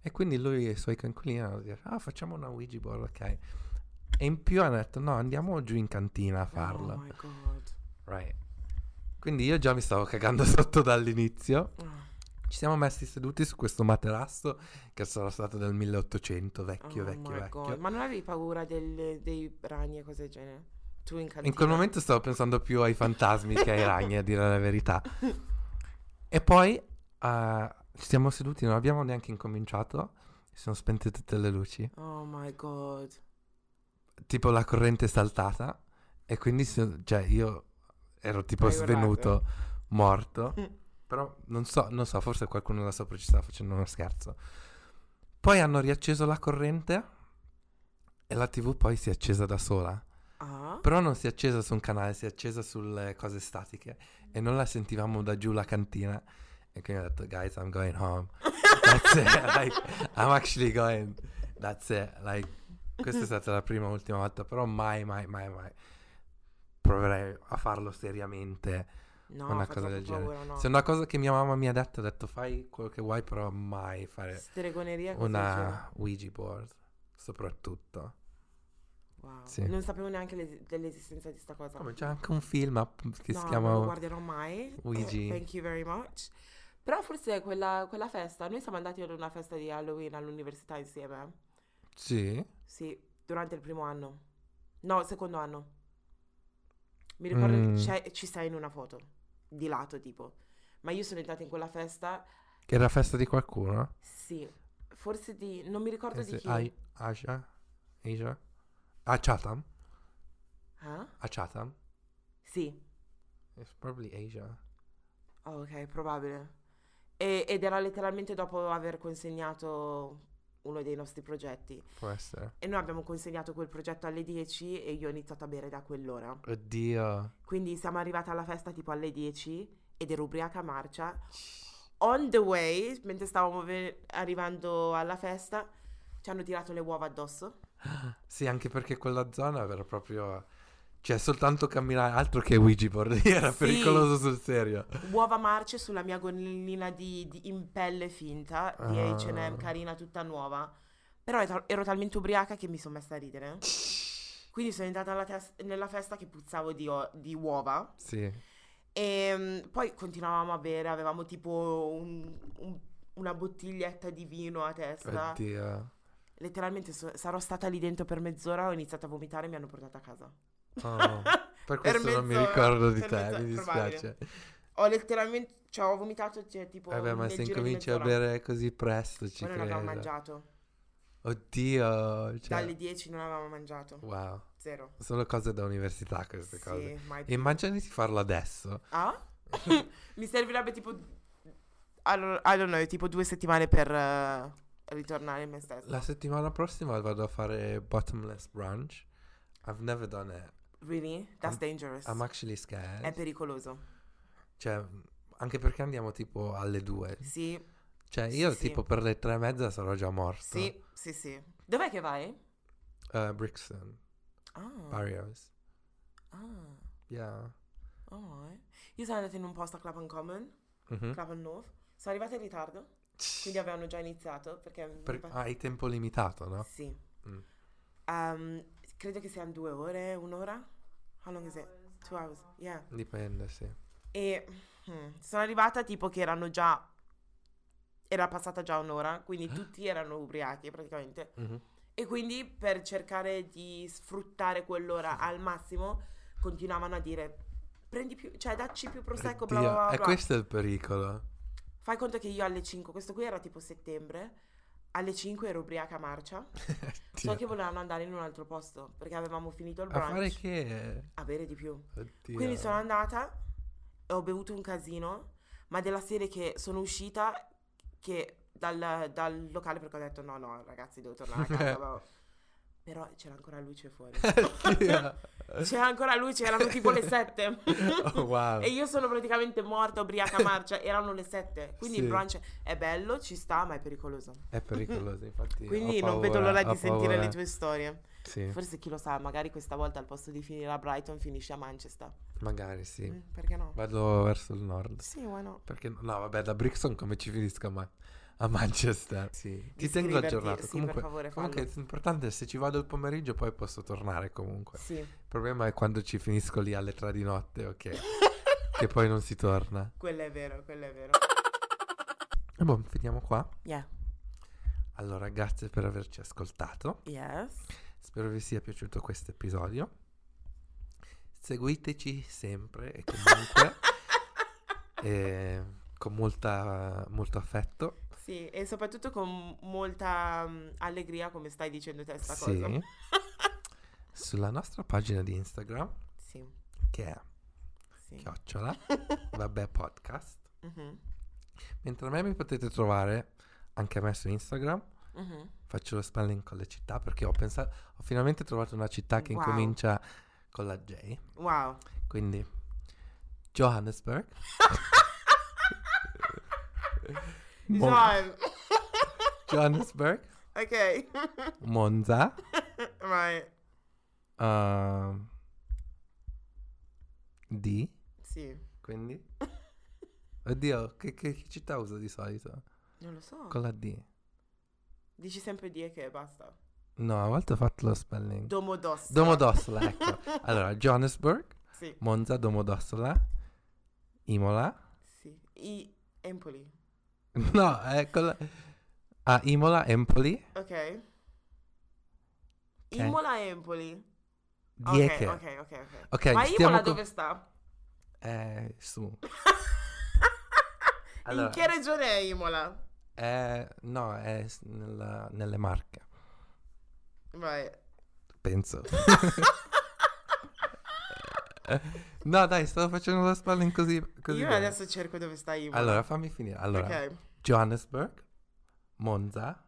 Speaker 1: E quindi lui e i suoi coinquilini hanno detto, ah, facciamo una Ouija board, ok. E in più hanno detto, no, andiamo giù in cantina a farlo.
Speaker 2: Oh my god.
Speaker 1: Right. Quindi io già mi stavo cagando sotto dall'inizio.
Speaker 2: Ah,
Speaker 1: Ci siamo messi seduti su questo materasso che sarà stato del 1800, vecchio,
Speaker 2: oh
Speaker 1: vecchio,
Speaker 2: my
Speaker 1: vecchio.
Speaker 2: god. Ma non avevi paura del- dei ragni e cose del genere? Tu in cantina?
Speaker 1: In quel momento stavo pensando più ai fantasmi che ai ragni, a dire la verità. E poi eh, ci siamo seduti, non abbiamo neanche incominciato. Si sono spente tutte le luci.
Speaker 2: Oh my god.
Speaker 1: Tipo la corrente è saltata. E quindi si- cioè, io ero tipo
Speaker 2: Hai urlato.
Speaker 1: svenuto, morto.
Speaker 2: Mm.
Speaker 1: Però non so, non so, forse qualcuno là sopra ci stava facendo uno scherzo. Poi hanno riacceso la corrente. E la TV poi si è accesa da sola.
Speaker 2: Ah?
Speaker 1: Però non si è accesa su un canale, si è accesa sulle cose statiche e non la sentivamo da giù la cantina. E quindi ho detto, guys, I'm going home. That's it. Like, I'm actually going. That's it. Like,
Speaker 2: Mm-hmm.
Speaker 1: questa è stata la prima e ultima volta, però mai, mai, mai, mai proverei a farlo seriamente.
Speaker 2: No,
Speaker 1: Una
Speaker 2: fa
Speaker 1: cosa
Speaker 2: troppo
Speaker 1: del genere.
Speaker 2: paura, no.
Speaker 1: Se è una cosa che mia mamma mi ha detto, ha detto fai quello che vuoi, però mai fare
Speaker 2: Stregoneria e cose del genere.
Speaker 1: una Ouija board, soprattutto.
Speaker 2: Wow.
Speaker 1: Sì.
Speaker 2: Non sapevo neanche l'es- dell'esistenza di sta cosa.
Speaker 1: Come c'è anche un film app- che
Speaker 2: no,
Speaker 1: si
Speaker 2: non lo
Speaker 1: chiama
Speaker 2: guarderò mai.
Speaker 1: Ouija.
Speaker 2: Eh, Thank you very much. Però forse quella, quella festa, noi siamo andati ad una festa di Halloween all'università insieme.
Speaker 1: Sì.
Speaker 2: Sì, durante il primo anno. No, secondo anno. Mi ricordo che
Speaker 1: Mm.
Speaker 2: c'è- ci sei in una foto, di lato tipo. Ma io sono entrata in quella festa,
Speaker 1: Che era festa di qualcuno?
Speaker 2: sì, forse di... non mi ricordo
Speaker 1: Eh
Speaker 2: di
Speaker 1: sì,
Speaker 2: chi.
Speaker 1: Ai- Asia? Asia? A Chatham?
Speaker 2: Eh?
Speaker 1: A Chatham?
Speaker 2: Sì,
Speaker 1: It's probably Asia.
Speaker 2: Oh, ok, probabile. E- ed era letteralmente dopo aver consegnato uno dei nostri progetti.
Speaker 1: Può essere.
Speaker 2: E noi abbiamo consegnato quel progetto alle 10 e io ho iniziato a bere da quell'ora.
Speaker 1: Oddio.
Speaker 2: Quindi siamo arrivate alla festa tipo alle 10 ed ero ubriaca a marcia. On the way, mentre stavamo ve- arrivando alla festa, ci hanno tirato le uova addosso.
Speaker 1: Sì, anche perché quella zona era proprio... Cioè, soltanto camminare, altro che Ouija board, era
Speaker 2: Sì.
Speaker 1: pericoloso sul serio.
Speaker 2: Uova marce sulla mia gonnellina di, di- in pelle finta di
Speaker 1: Ah.
Speaker 2: H&M, carina, tutta nuova. Però ero, ero talmente ubriaca che mi sono messa a ridere. Quindi sono entrata alla tes- nella festa che puzzavo di, o- di uova.
Speaker 1: Sì.
Speaker 2: E mm, poi continuavamo a bere, avevamo tipo un- un- una bottiglietta di vino a testa.
Speaker 1: Oddio.
Speaker 2: Letteralmente so- sarò stata lì dentro per mezz'ora, ho iniziato a vomitare e mi hanno portata a casa.
Speaker 1: Oh, per
Speaker 2: Per
Speaker 1: questo non mi
Speaker 2: mezz'ora,
Speaker 1: ricordo di
Speaker 2: per
Speaker 1: te,
Speaker 2: mezz'ora,
Speaker 1: mi
Speaker 2: probabile.
Speaker 1: dispiace.
Speaker 2: Ho letteralmente, cioè ho vomitato cioè, tipo
Speaker 1: Vabbè, ma
Speaker 2: nel
Speaker 1: se
Speaker 2: giro di
Speaker 1: incominci a
Speaker 2: mezz'ora.
Speaker 1: bere così presto ci
Speaker 2: Poi non avevamo
Speaker 1: credo.
Speaker 2: mangiato,
Speaker 1: Oddio, cioè,
Speaker 2: dalle 10 non avevamo mangiato,
Speaker 1: wow,
Speaker 2: zero.
Speaker 1: sono cose da università queste cose.
Speaker 2: Sì, mai più.
Speaker 1: Immaginati farlo adesso.
Speaker 2: Ah? Mi servirebbe tipo, allora, I don't know, tipo due settimane per eh, ritornare in me stessa.
Speaker 1: La settimana prossima vado a fare bottomless brunch. I've never done it.
Speaker 2: Really? That's
Speaker 1: I'm-
Speaker 2: dangerous.
Speaker 1: I'm actually scared.
Speaker 2: È pericoloso.
Speaker 1: Cioè, anche perché andiamo tipo alle due.
Speaker 2: Sì,
Speaker 1: Cioè, io
Speaker 2: Sì, sì.
Speaker 1: tipo per le tre e mezza sarò già morto.
Speaker 2: sì, sì, sì. Dov'è che vai?
Speaker 1: Eh, Brixton,
Speaker 2: Ah,
Speaker 1: Barrios.
Speaker 2: ah.
Speaker 1: Yeah.
Speaker 2: Alright. Io sono andata in un posto a Clapham Common,
Speaker 1: Mhm.
Speaker 2: Clapham North. Sono arrivata in ritardo, quindi avevano già iniziato perché... mi
Speaker 1: Per-
Speaker 2: pa-
Speaker 1: hai tempo limitato, no?
Speaker 2: Sì.
Speaker 1: Mm.
Speaker 2: Um, credo che siano due ore, un'ora. How long is it? Two hours. Yeah.
Speaker 1: Dipende, sì.
Speaker 2: E mm, sono arrivata tipo che erano già... Era passata già un'ora, quindi
Speaker 1: Eh?
Speaker 2: tutti erano ubriachi praticamente.
Speaker 1: Mhm.
Speaker 2: E quindi per cercare di sfruttare quell'ora al massimo, continuavano a dire prendi più, cioè dacci più prosecco, bla bla
Speaker 1: Oddio,
Speaker 2: bla.
Speaker 1: Eh, E
Speaker 2: bla."
Speaker 1: questo è il pericolo.
Speaker 2: Fai conto che io alle 5, questo qui era tipo settembre, alle 5 ero ubriaca a marcia. So
Speaker 1: Oddio.
Speaker 2: che volevano andare in un altro posto perché avevamo finito il
Speaker 1: A fare
Speaker 2: brunch.
Speaker 1: che?
Speaker 2: A bere di più.
Speaker 1: Oddio.
Speaker 2: Quindi sono andata e ho bevuto un casino, ma della serie che sono uscita che dal, dal locale perché ho detto no, no, ragazzi, devo tornare a casa. bla. Però c'era ancora luce fuori.
Speaker 1: Oddio.
Speaker 2: C'era ancora luce, erano tipo le 7.
Speaker 1: Oh, wow.
Speaker 2: E io sono praticamente morta, ubriaca a marcia, erano le 7. Quindi
Speaker 1: Sì.
Speaker 2: il brunch è bello, ci sta, ma è pericoloso.
Speaker 1: È pericoloso, infatti.
Speaker 2: Quindi
Speaker 1: ho
Speaker 2: non vedo
Speaker 1: paura,
Speaker 2: l'ora
Speaker 1: ho
Speaker 2: di sentire
Speaker 1: paura.
Speaker 2: le tue storie.
Speaker 1: Sì,
Speaker 2: Forse chi lo sa, magari questa volta al posto di finire a Brighton finisce a Manchester.
Speaker 1: magari sì.
Speaker 2: Mm, Perché no?
Speaker 1: Vado verso il nord.
Speaker 2: Sì, why no?
Speaker 1: Perché no, vabbè, da Brixton come ci finisco a, Ma- a Manchester? Sì. Ti tengo
Speaker 2: Iscriverti,
Speaker 1: aggiornato.
Speaker 2: Sì,
Speaker 1: comunque,
Speaker 2: per favore, fallo.
Speaker 1: comunque l'importante è se ci vado il pomeriggio poi posso tornare comunque.
Speaker 2: Sì,
Speaker 1: Il problema è quando ci finisco lì alle tre di notte, ok? che poi non si torna.
Speaker 2: quello è vero, quello è vero.
Speaker 1: E boh, finiamo qua.
Speaker 2: Yeah.
Speaker 1: Allora, grazie per averci ascoltato.
Speaker 2: Yes.
Speaker 1: Spero vi sia piaciuto questo episodio. Seguiteci sempre e comunque eh, con molta, molto affetto.
Speaker 2: Sì, e soprattutto con molta mm, allegria come stai dicendo te sta cosa.
Speaker 1: Sì. Sulla nostra pagina di Instagram
Speaker 2: Sì,
Speaker 1: che è
Speaker 2: sì.
Speaker 1: chiocciola vabbè podcast.
Speaker 2: Mhm,
Speaker 1: Mentre a me mi potete trovare anche a me su Instagram.
Speaker 2: mhm.
Speaker 1: Faccio lo spelling con le città perché ho pensato ho finalmente trovato una città che
Speaker 2: Wow.
Speaker 1: incomincia con la J.
Speaker 2: Wow.
Speaker 1: Quindi Johannesburg, Mo-
Speaker 2: John.
Speaker 1: Johannesburg,
Speaker 2: ok.
Speaker 1: Monza,
Speaker 2: right.
Speaker 1: ehm, D,
Speaker 2: Sì.
Speaker 1: quindi Oddio, che, che- che città uso di solito?
Speaker 2: Non lo so.
Speaker 1: Con la D.
Speaker 2: Dici sempre di e che e basta.
Speaker 1: No, a volte ho fatto lo spelling.
Speaker 2: Domodossola.
Speaker 1: Domodossola, ecco. Allora, Johannesburg,
Speaker 2: Sì,
Speaker 1: Monza, Domodossola, Imola.
Speaker 2: sì. I Empoli.
Speaker 1: No, ecco. la- Ah, Imola, Empoli,
Speaker 2: Ok. Imola e Empoli. Ok,
Speaker 1: Dieche.
Speaker 2: ok, ok, ok.
Speaker 1: Ok,
Speaker 2: Ma
Speaker 1: stiamo
Speaker 2: Imola
Speaker 1: co-
Speaker 2: dove sta?
Speaker 1: Eh, su.
Speaker 2: In che regione è Imola?
Speaker 1: eh, no, è s- nella- nelle Marche,
Speaker 2: Vai.
Speaker 1: penso. no, dai, stavo facendo lo spelling così. così
Speaker 2: Io
Speaker 1: bene.
Speaker 2: adesso cerco dove sta Imola.
Speaker 1: Allora, fammi finire. Allora,
Speaker 2: Ok.
Speaker 1: Johannesburg, Monza,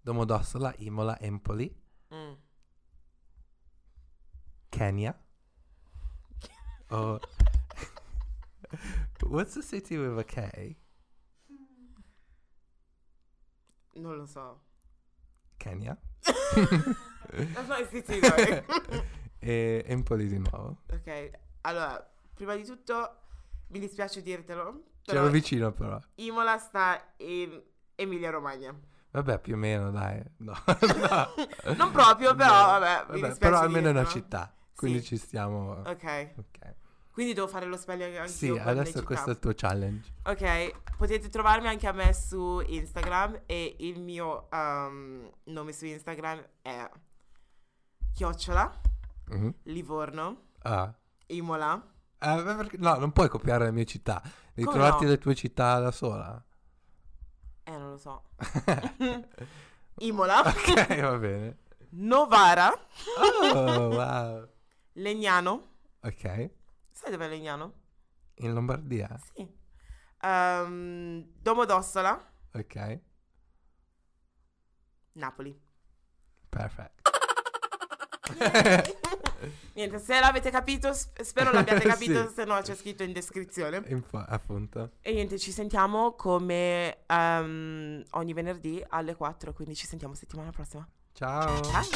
Speaker 1: Domodossola, Imola, Empoli,
Speaker 2: Mm.
Speaker 1: Kenya. Oh. What's a city with a K?
Speaker 2: Non lo so.
Speaker 1: Kenya.
Speaker 2: Vai, sì, sì, vai.
Speaker 1: e Empoli di nuovo.
Speaker 2: ok, allora, prima di tutto mi dispiace dirtelo, però
Speaker 1: C'ero vicino però.
Speaker 2: Imola sta in Emilia Romagna.
Speaker 1: Vabbè, più o meno, dai. No, no.
Speaker 2: Non proprio, però
Speaker 1: Eh, No.
Speaker 2: vabbè, mi
Speaker 1: Vabbè,
Speaker 2: dispiace
Speaker 1: però almeno è una
Speaker 2: dirtelo.
Speaker 1: città. Quindi ci stiamo.
Speaker 2: Ok,
Speaker 1: Ok.
Speaker 2: quindi devo fare lo spelling anche
Speaker 1: Sì, adesso questo è il tuo challenge.
Speaker 2: Ok, potete trovarmi anche a me su Instagram e il mio um, nome su Instagram è Chiocciola, Mm-hmm.
Speaker 1: Mhm.
Speaker 2: Livorno,
Speaker 1: Ah.
Speaker 2: Imola.
Speaker 1: Eh, beh, perché- no, non puoi copiare le mie città. Devi
Speaker 2: Come
Speaker 1: trovarti
Speaker 2: no?
Speaker 1: le tue città da sola.
Speaker 2: Eh, non lo so. Imola,
Speaker 1: ok, va bene.
Speaker 2: Novara,
Speaker 1: Oh, wow.
Speaker 2: Legnano.
Speaker 1: Ok.
Speaker 2: Sai dov'è Legnano?
Speaker 1: In Lombardia.
Speaker 2: Sì. Ehm, Domodossola,
Speaker 1: Ok.
Speaker 2: Napoli.
Speaker 1: Perfect.
Speaker 2: Niente, se l'avete capito, sp- spero l'abbiate capito,
Speaker 1: Sì.
Speaker 2: se no c'è scritto in descrizione.
Speaker 1: Info- appunto.
Speaker 2: E niente, ci sentiamo come ehm, ogni venerdì alle 4, quindi ci sentiamo settimana prossima.
Speaker 1: Ciao.
Speaker 2: Ciao!